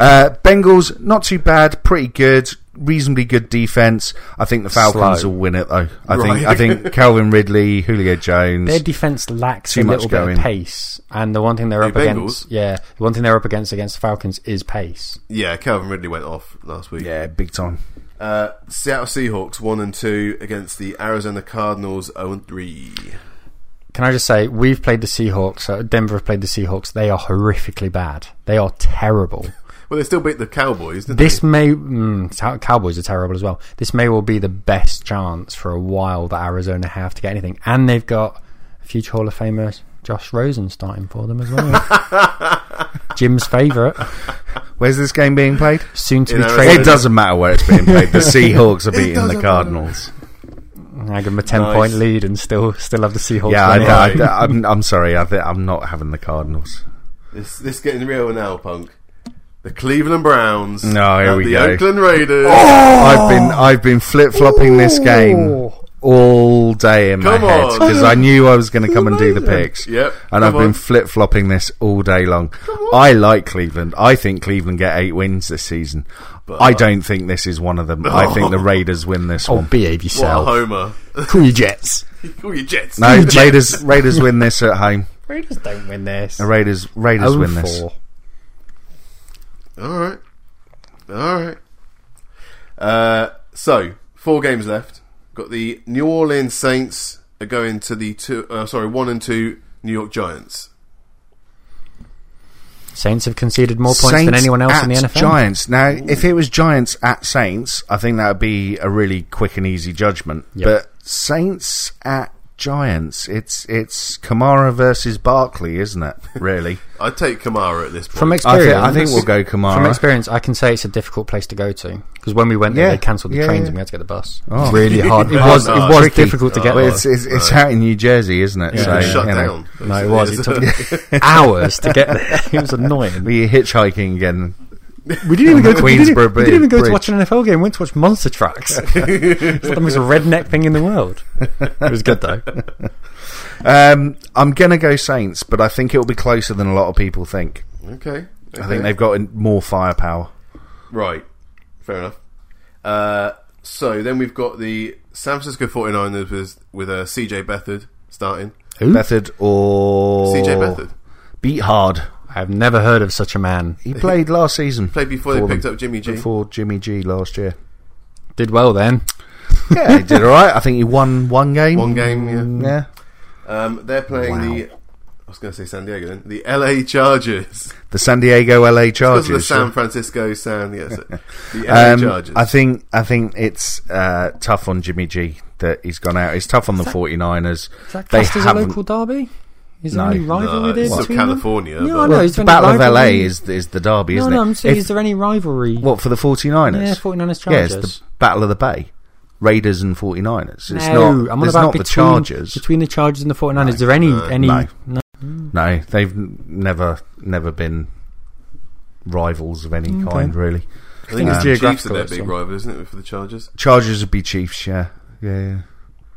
S3: uh, Bengals, not too bad, pretty good, reasonably good defense. I think the Falcons
S2: Slow.
S3: will win it though. I think
S1: Right.
S3: I think Calvin Ridley, Julio
S2: their
S3: Jones.
S2: defense lacks
S3: Too
S2: a
S3: much
S2: little bit
S3: going.
S2: of pace, and the one thing they're
S1: Hey,
S2: up
S1: Bengals?
S2: against, yeah, the one thing they're up against against the Falcons is pace.
S1: yeah, Calvin Ridley went off last week.
S3: Yeah, big time.
S1: Uh, Seattle Seahawks one and two against the Arizona Cardinals zero and three.
S2: Can I just say we've played the Seahawks? Uh, Denver have played the Seahawks. They are horrifically bad. They are terrible.
S1: Well, they still beat the Cowboys, didn't
S2: This
S1: they?
S2: may mm, Cow- Cowboys are terrible as well. This may well be the best chance for a while that Arizona have to get anything, and they've got future Hall of Famer Josh Rosen starting for them as well. Jim's favourite,
S3: Where's this game being played?
S2: soon to
S1: In
S2: be
S1: Arizona.
S3: It
S2: traded.
S3: doesn't matter where it's being played. The Seahawks are beating the
S1: doesn't
S3: Cardinals.
S2: I give them a ten
S1: Nice.
S2: point lead and still still have the Seahawks.
S3: Yeah,
S2: winning.
S3: I,
S1: Right.
S3: I, am I'm sorry. I think I'm not having the Cardinals.
S1: This this getting real now, punk. The Cleveland Browns.
S3: No, here
S1: and
S3: we
S1: the
S3: go. Oh!
S1: Oakland Raiders.
S3: I've been
S2: Oh.
S3: I've been flip flopping this game all day in
S1: Come
S3: my head
S1: on.
S3: because I knew I was going to come and do the
S1: amazing.
S3: picks.
S1: Yep,
S3: and
S1: come
S3: I've been
S1: on.
S3: flip flopping this all day long. I like Cleveland. I think Cleveland get eight wins this season. I don't think this is one of them. I think the Raiders win this
S2: Oh,
S3: one.
S2: behave
S1: What a
S2: yourself.
S1: homer.
S2: Cool your Jets.
S1: Call your Jets.
S3: No, Raiders Raiders win this at home.
S2: Raiders don't win this.
S3: The Raiders Raiders
S2: Oh,
S3: win this.
S2: four.
S1: All right. All right. Uh, so, four games left. Got the New Orleans Saints are going to the two, uh, sorry, one and two New York Giants.
S2: Saints have conceded more points than
S3: Saints
S2: anyone else in the
S3: at
S2: NFL.
S3: Giants. Now, if it was Giants at Saints, I think that would be a really quick and easy judgment.
S2: Yep.
S3: But Saints at Giants, it's it's Kamara versus Barkley, isn't it? Really,
S1: I'd take Kamara at this point.
S2: From
S3: I,
S2: experience,
S3: think I think we'll go Kamara.
S2: From experience, I can say it's a difficult place to go to because when we went there,
S3: Yeah.
S2: they cancelled the
S3: Yeah,
S2: trains
S3: yeah.
S2: and we had to get the bus.
S3: Oh.
S2: Really hard. It
S1: Oh,
S2: was
S1: no,
S2: it was
S3: tricky.
S2: difficult to get
S3: Well,
S2: there.
S3: it's it's, it's out in New Jersey, isn't it?
S2: Yeah.
S1: It was
S2: So,
S1: shut
S3: you know.
S1: down.
S2: no, it was. It took hours to get there. It was annoying.
S3: We're hitchhiking again.
S2: We didn't even go. To, we didn't,
S3: Queensborough
S2: we didn't even go
S3: Bridge.
S2: to watch an NFL game. We went to watch Monster Trucks. it's the most redneck thing in the world. It was good though.
S3: Um, I'm gonna go Saints, but I think it'll be closer than a lot of people think.
S1: okay.
S3: I think they've got more firepower.
S1: Right. Fair enough. Uh, so then we've got the San Francisco 49ers with, with uh, CJ Beathard starting.
S3: Method or
S1: CJ Beathard.
S3: Beat hard.
S2: I've never heard of such a man.
S3: He played last season.
S1: Played before
S3: For
S1: they
S3: them.
S1: picked up Jimmy G.
S3: before Jimmy G last year.
S2: Did well then.
S3: Yeah, he did all right. I think he won one game.
S1: One game, yeah.
S3: Yeah,
S1: Um, they're playing the. I was going to say San Diego then. The LA Chargers.
S3: the San Diego LA
S1: Because
S3: Chargers.
S1: of the San Francisco sound, yes. The LA
S3: Um,
S1: Chargers.
S3: I think I think it's uh, tough on Jimmy G that he's gone out. It's tough on the 49ers.
S2: Is that
S3: They
S2: classed as a
S3: haven't-
S2: local derby? Is there
S3: No.
S2: any
S1: no,
S2: rivalry there
S1: it's still
S2: between them?
S1: California.
S2: Yeah, I
S1: but
S2: know.
S3: Well,
S2: is
S3: the
S2: there any
S3: Battle of LA
S2: rivalry?
S3: is is the derby,
S2: No,
S3: isn't
S2: no.
S3: it?
S2: I'm saying,
S3: If-
S2: is there any rivalry?
S3: what for the 49ers?
S2: Yeah, 49ers
S3: Yeah, it's
S2: Chargers.
S3: the Battle of the Bay. Raiders and 49ers. It's
S2: no,
S3: not,
S2: I'm on
S3: there's
S2: about
S3: not
S2: between,
S3: the Chargers.
S2: Between the Chargers and the 49ers, is there any any
S3: uh, no.
S2: no.
S3: No, they've n- never never been rivals of any kind, really.
S1: I think it's Chiefs
S2: it's
S1: are
S2: geographical,
S1: their
S2: it's
S1: big
S2: all.
S1: rival, isn't it, for the Chargers?
S3: Chargers would be Chiefs, yeah. Yeah, yeah.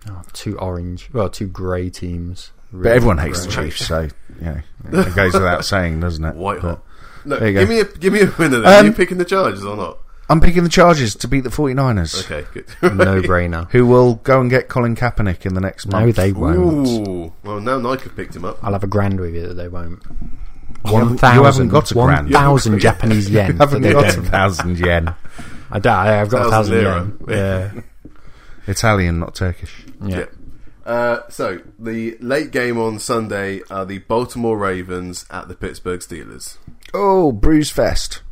S2: Oh, two orange, well, two grey teams?
S3: But everyone hates the Chiefs, so you know it goes without saying, doesn't it?
S1: White
S3: But
S1: hot. No,
S3: There you
S1: give
S3: go.
S1: me a give me a winner. Then.
S3: Um,
S1: Are you picking the Chargers or not?
S3: I'm picking the Chargers to beat the 49ers,
S1: Okay, good.
S2: no brainer.
S3: who will go and get Colin Kaepernick in the next month.
S2: No, they won't.
S1: Ooh, well now Nike have picked him up.
S2: I'll have a grand with you that they won't.
S3: haven't-
S2: One
S3: you
S2: thousand.
S3: haven't got a grand.
S2: One thousand Japanese yen.
S3: haven't
S2: that they
S3: got a
S2: don't.
S3: thousand yen.
S2: I doubt. I- I've got a
S1: Thousand
S2: thousand
S1: lira.
S2: yen. Yeah.
S3: Italian, not Turkish.
S2: yeah.
S1: Uh, so the late game on Sunday are the Baltimore Ravens at the Pittsburgh Steelers.
S3: Oh, Bruise Fest.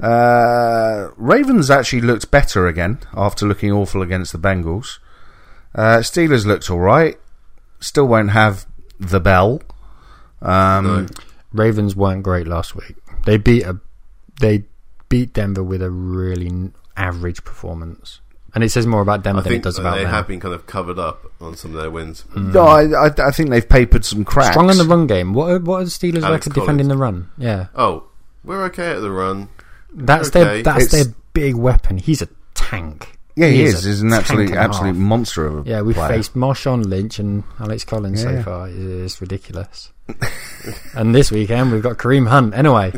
S3: Uh, Ravens actually looked better again after looking awful against the Bengals. Uh, Steelers looked all right. Still won't have the bell. Um,
S1: No.
S2: Ravens weren't great last week. They beat a they beat Denver with a really n- average performance, and it says more about Denver
S1: I
S2: than it
S1: think
S2: does
S1: they
S2: about them.
S1: have been kind of covered up on some of their wins.
S3: No, I, I, I think they've papered some cracks.
S2: Strong in the run game. What are, what are the Steelers like
S1: Alex
S2: at
S1: Collins.
S2: defending the run? Yeah,
S1: Oh, we're okay at the run.
S2: that's
S1: Okay.
S2: their that's
S3: It's-
S2: their big weapon. He's a tank.
S3: Yeah, he, is.
S2: a
S3: He's an
S2: tank
S3: absolute,
S2: and a half.
S3: absolute monster of a
S2: Yeah, we've
S3: player.
S2: faced Marshawn Lynch and Alex Collins
S3: Yeah.
S2: so far. It's ridiculous. and this weekend we've got Kareem Hunt. Anyway,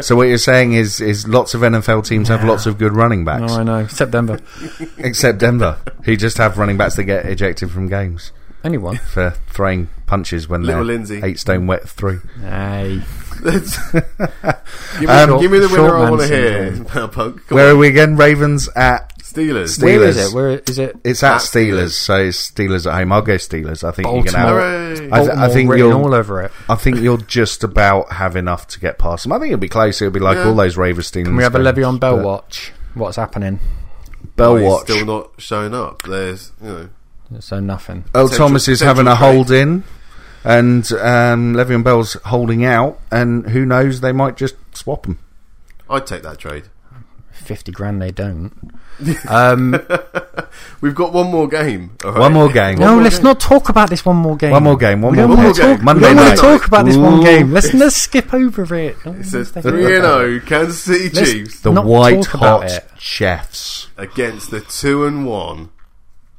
S3: So what you're saying is, is lots of NFL teams have lots of good running backs,
S2: oh, I know. Except Denver.
S3: except Denver, who just have running backs that get ejected from games
S2: Anyone?
S3: for throwing punches when
S1: Little
S3: they're
S1: Lindsay.
S3: eight stone wet through.
S2: Hey,
S1: give, me,
S3: Um,
S1: give me the
S2: short
S1: winner I
S2: man
S1: want to hear.
S2: syndrome.
S1: Punk. Come
S3: Where are we again? Ravens at
S1: on, Steelers.
S3: Ste-
S2: Where is
S3: Steelers.
S2: it? Where is it?
S3: it's at
S1: At
S3: Steelers, so it's Steelers at home. I'll go Steelers. I think you can have.
S2: Baltimore.
S1: Hooray.
S3: I th- I
S2: Baltimore
S3: think
S2: written
S3: you'll-
S2: all over it.
S3: I think you'll just about have enough to get past them. I think it'll be close. It'll be like
S1: Yeah.
S3: all those Ravens teams.
S2: Can we have a
S3: games,
S2: Levy on Bell
S3: but-
S2: watch? What's happening?
S3: Bell
S1: Why he's
S3: watch.
S1: still not shown up. There's you know
S2: So nothing.
S3: Earl
S1: Central-
S3: Thomas is
S1: Central
S3: having a
S1: Trade.
S3: hold in, and um, Le'Veon Bell's holding out, and who knows? They might just swap them.
S1: I'd take that trade.
S2: Fifty grand they don't. Um,
S1: We've got one more game. all right?
S3: One more game.
S2: no,
S1: more
S2: let's
S1: game.
S2: not talk about this one more game.
S3: One more game. One
S2: We
S3: more,
S2: don't
S1: more
S2: wanna
S1: game.
S2: talk-
S3: Monday
S2: we don't
S3: night.
S2: want to talk about this one
S3: Ooh.
S2: game. Let's let's skip over it. Oh, No,
S1: It
S2: let's
S1: says
S2: take
S1: three
S2: it.
S1: and oh. zero Kansas City
S2: Let's-
S1: Chiefs
S3: The
S2: Not
S3: white
S2: talk about
S3: hot
S2: it.
S3: chefs.
S1: against the two and one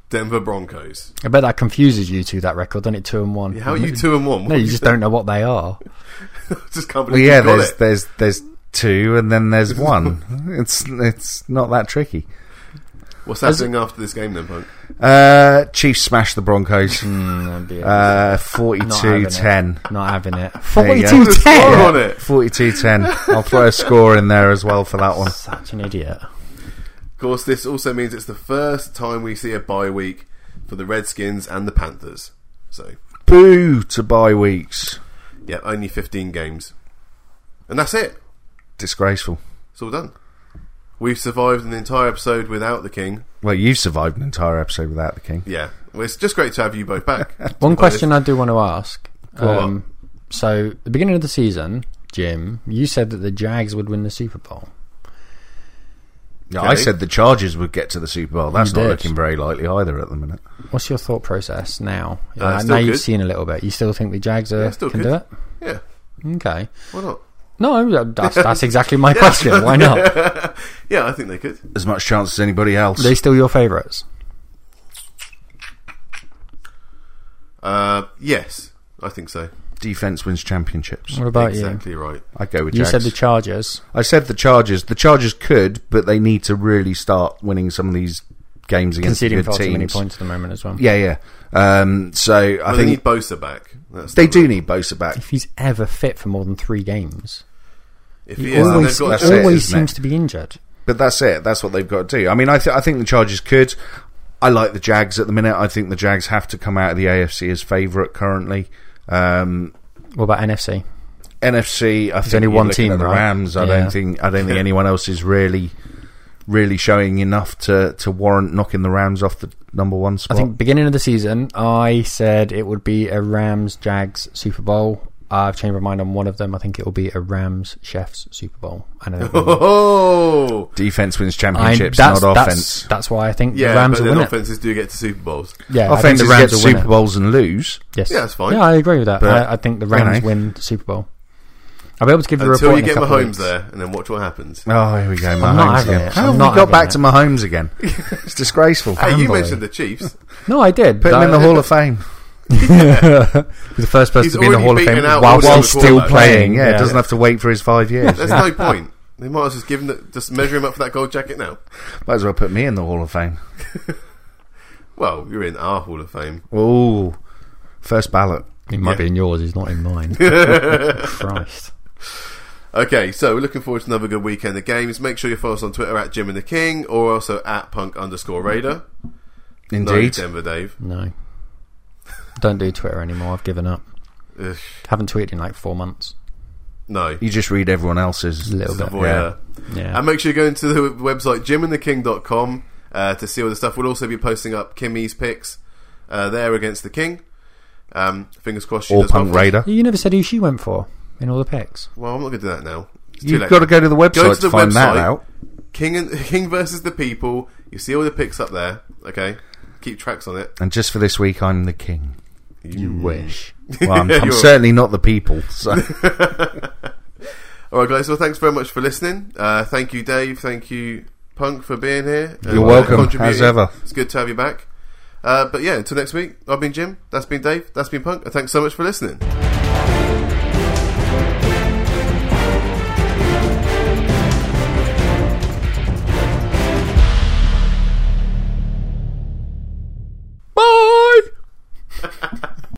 S1: Denver Broncos.
S2: I bet that confuses you two. That record, doesn't it? Two and one. Mm.
S1: How are you two and one?
S2: No, you just don't know what they are.
S1: just can't
S3: Well,
S1: believe
S3: yeah.
S1: you got
S3: There's
S1: it.
S3: there's there's two, and then there's one. it's it's not that tricky.
S1: What's happening after this game then, Punk?
S3: Uh, Chiefs smash the Broncos.
S1: Hmm,
S3: Uh,
S2: Not having
S3: 42
S2: it.
S3: 10.
S2: Not having it.
S3: There you go.
S2: Forty-two
S1: There's a score
S2: ten.
S1: on it.
S3: 42 10. I'll throw a score in there as well for that one.
S2: Such an idiot.
S1: Of course, this also means it's the first time we see a bye week for the Redskins and the Panthers. So,
S3: Boo to bye weeks.
S1: yeah, only 15 games. And that's it.
S3: Disgraceful.
S1: It's all done. We've survived an entire episode without the King.
S3: Well, you survived an entire episode without the king.
S1: Yeah. Well, it's just great to have you both back.
S2: One question I do want to ask.
S1: on.
S2: Um, so, the beginning of the season, Jim, you said that the Jags would win the Super Bowl.
S3: Yeah,
S1: Okay.
S3: I said the Chargers would get to the Super Bowl. That's
S2: You
S3: not
S2: did.
S3: looking very likely either at the minute.
S2: What's your thought process now?
S1: Uh,
S2: Uh,
S1: still
S2: now you've
S1: good.
S2: seen a little bit. You still think the Jags are,
S1: Yeah, still
S2: can
S1: good.
S2: do it?
S1: Yeah.
S2: Okay.
S1: Why not?
S2: No, that's, that's exactly my question. Why not?
S1: Yeah, I think they could.
S3: As much chance as anybody else.
S2: Are they still your favourites?
S1: Uh, yes, I think so.
S3: Defense wins championships.
S2: What about
S1: exactly right.
S3: I go with
S2: you? You
S3: Jags.
S2: said the Chargers.
S3: I said the Chargers. The Chargers could, but they need to really start winning some of these games against
S2: Conceding
S3: good
S2: far too many
S3: teams.
S2: points at the moment as well.
S3: Yeah, yeah. Um, so I
S1: Well,
S3: think
S1: they need Bosa back. That's
S3: They
S1: the-
S3: do need Bosa back.
S2: If he's ever fit for more than three games,
S1: If
S2: he
S1: he is, then
S2: always,
S1: they've got
S3: that's
S2: he
S1: a
S3: it,
S1: chance.
S2: always
S3: isn't it?
S2: seems to be injured.
S3: But that's it. That's what they've got to do. I mean, I, th- I think the Chargers could. I like the Jags at the minute. I think the Jags have to come out of the AFC as favourite currently. Um,
S2: What about NFC?
S3: NFC, I think
S2: only
S3: you're
S2: one
S3: looking
S2: team,
S3: at the
S2: right?
S3: Rams. I
S2: Yeah.
S3: don't think I don't think anyone else is really really showing enough to, to warrant knocking the Rams off the number one
S2: I
S3: spot.
S2: think beginning of the season, I said it would be a Rams Jags Super Bowl. I've changed my mind on one of them. I think it will be a Rams Chefs Super Bowl. And I don't know.
S1: Oh,
S3: defense wins
S2: I-
S3: championships,
S2: that's,
S3: not
S2: that's,
S3: offense.
S2: that's why I think
S1: yeah,
S2: the
S1: but
S2: Rams will
S1: then
S2: win it.
S1: offenses do get to Super Bowls.
S2: Yeah, I think
S3: Offenses
S2: the
S3: get
S2: Rams
S3: to
S2: will win
S3: Super
S2: it.
S3: Bowls and lose.
S2: Yes.
S1: Yeah, that's fine.
S2: Yeah, I agree with that.
S3: But,
S2: I, I think the
S3: you know.
S2: Rams win the Super Bowl. I'll be able to give you a
S1: Until
S2: report
S1: you get
S2: in a couple of
S1: Mahomes
S2: weeks.
S1: there, and then watch what happens.
S3: Oh, here we go,
S2: I'm not
S3: Mahomes
S2: having
S3: again.
S2: it.
S3: How
S2: I'm
S3: have
S2: not
S3: we got
S2: having
S3: back
S2: it.
S3: to Mahomes again? It's disgraceful.
S1: Hey, you
S2: Unbelievable.
S1: mentioned the Chiefs.
S2: No, I did.
S3: Put him in
S2: No,
S3: the Hall of Fame.
S2: He's the first person
S1: He's
S2: to be in the
S1: already
S2: Hall of
S1: beaten
S2: Fame
S1: out
S2: whilst
S1: all the
S2: he's
S1: other
S2: still
S1: quarterbacks.
S2: playing.
S3: Yeah, doesn't have to wait for his five years.
S1: There's no point. They might as well just give him the, just measure him up for that gold jacket now.
S3: Might as well put me in the Hall of Fame.
S1: Well, you're in our Hall of Fame.
S3: Ooh, first ballot.
S2: He might
S1: Yeah.
S2: be in yours. He's not in mine. Christ.
S1: Okay, so we're looking forward to another good weekend of games. Make sure you follow us on Twitter at Jim and the King or also at Punk underscore Raider.
S3: Indeed.
S1: No, Denver Dave.
S2: No. Don't do Twitter anymore. I've given up.
S1: Ugh,
S2: Haven't tweeted in like four months.
S1: no.
S3: you just read everyone else's.
S2: A little
S1: Just
S2: bit.
S1: avoid
S3: yeah.
S1: her.
S2: Yeah.
S1: uh, And make sure you go into the website jimandtheking.com uh, to see all the stuff. We'll also be posting up Kimmy's picks uh, there against the King. Um, fingers crossed she
S3: Or
S1: does well.
S3: Punk Raider.
S2: you never said who she went for in all the picks.
S1: Well, I'm not going to do that now. It's too
S3: You've
S1: late.
S3: got to go to the website
S1: Go to
S3: to,
S1: the
S3: find that
S1: website.
S3: out.
S1: King and King versus the People. You see all the picks up there. Okay, keep tracks on it.
S3: And just for this week, I'm the king.
S2: You wish.
S3: Well, I'm, I'm
S1: You're-
S3: certainly not the people. So.
S1: All right, guys. Well, thanks very much for listening. Uh, thank you, Dave. Thank you, Punk, for being here. and,
S3: You're
S1: uh,
S3: welcome,
S1: contributing.
S3: as ever.
S1: It's good to have you back. Uh, but yeah, until next week, I've been Jim. That's been Dave. That's been Punk. And thanks so much for listening.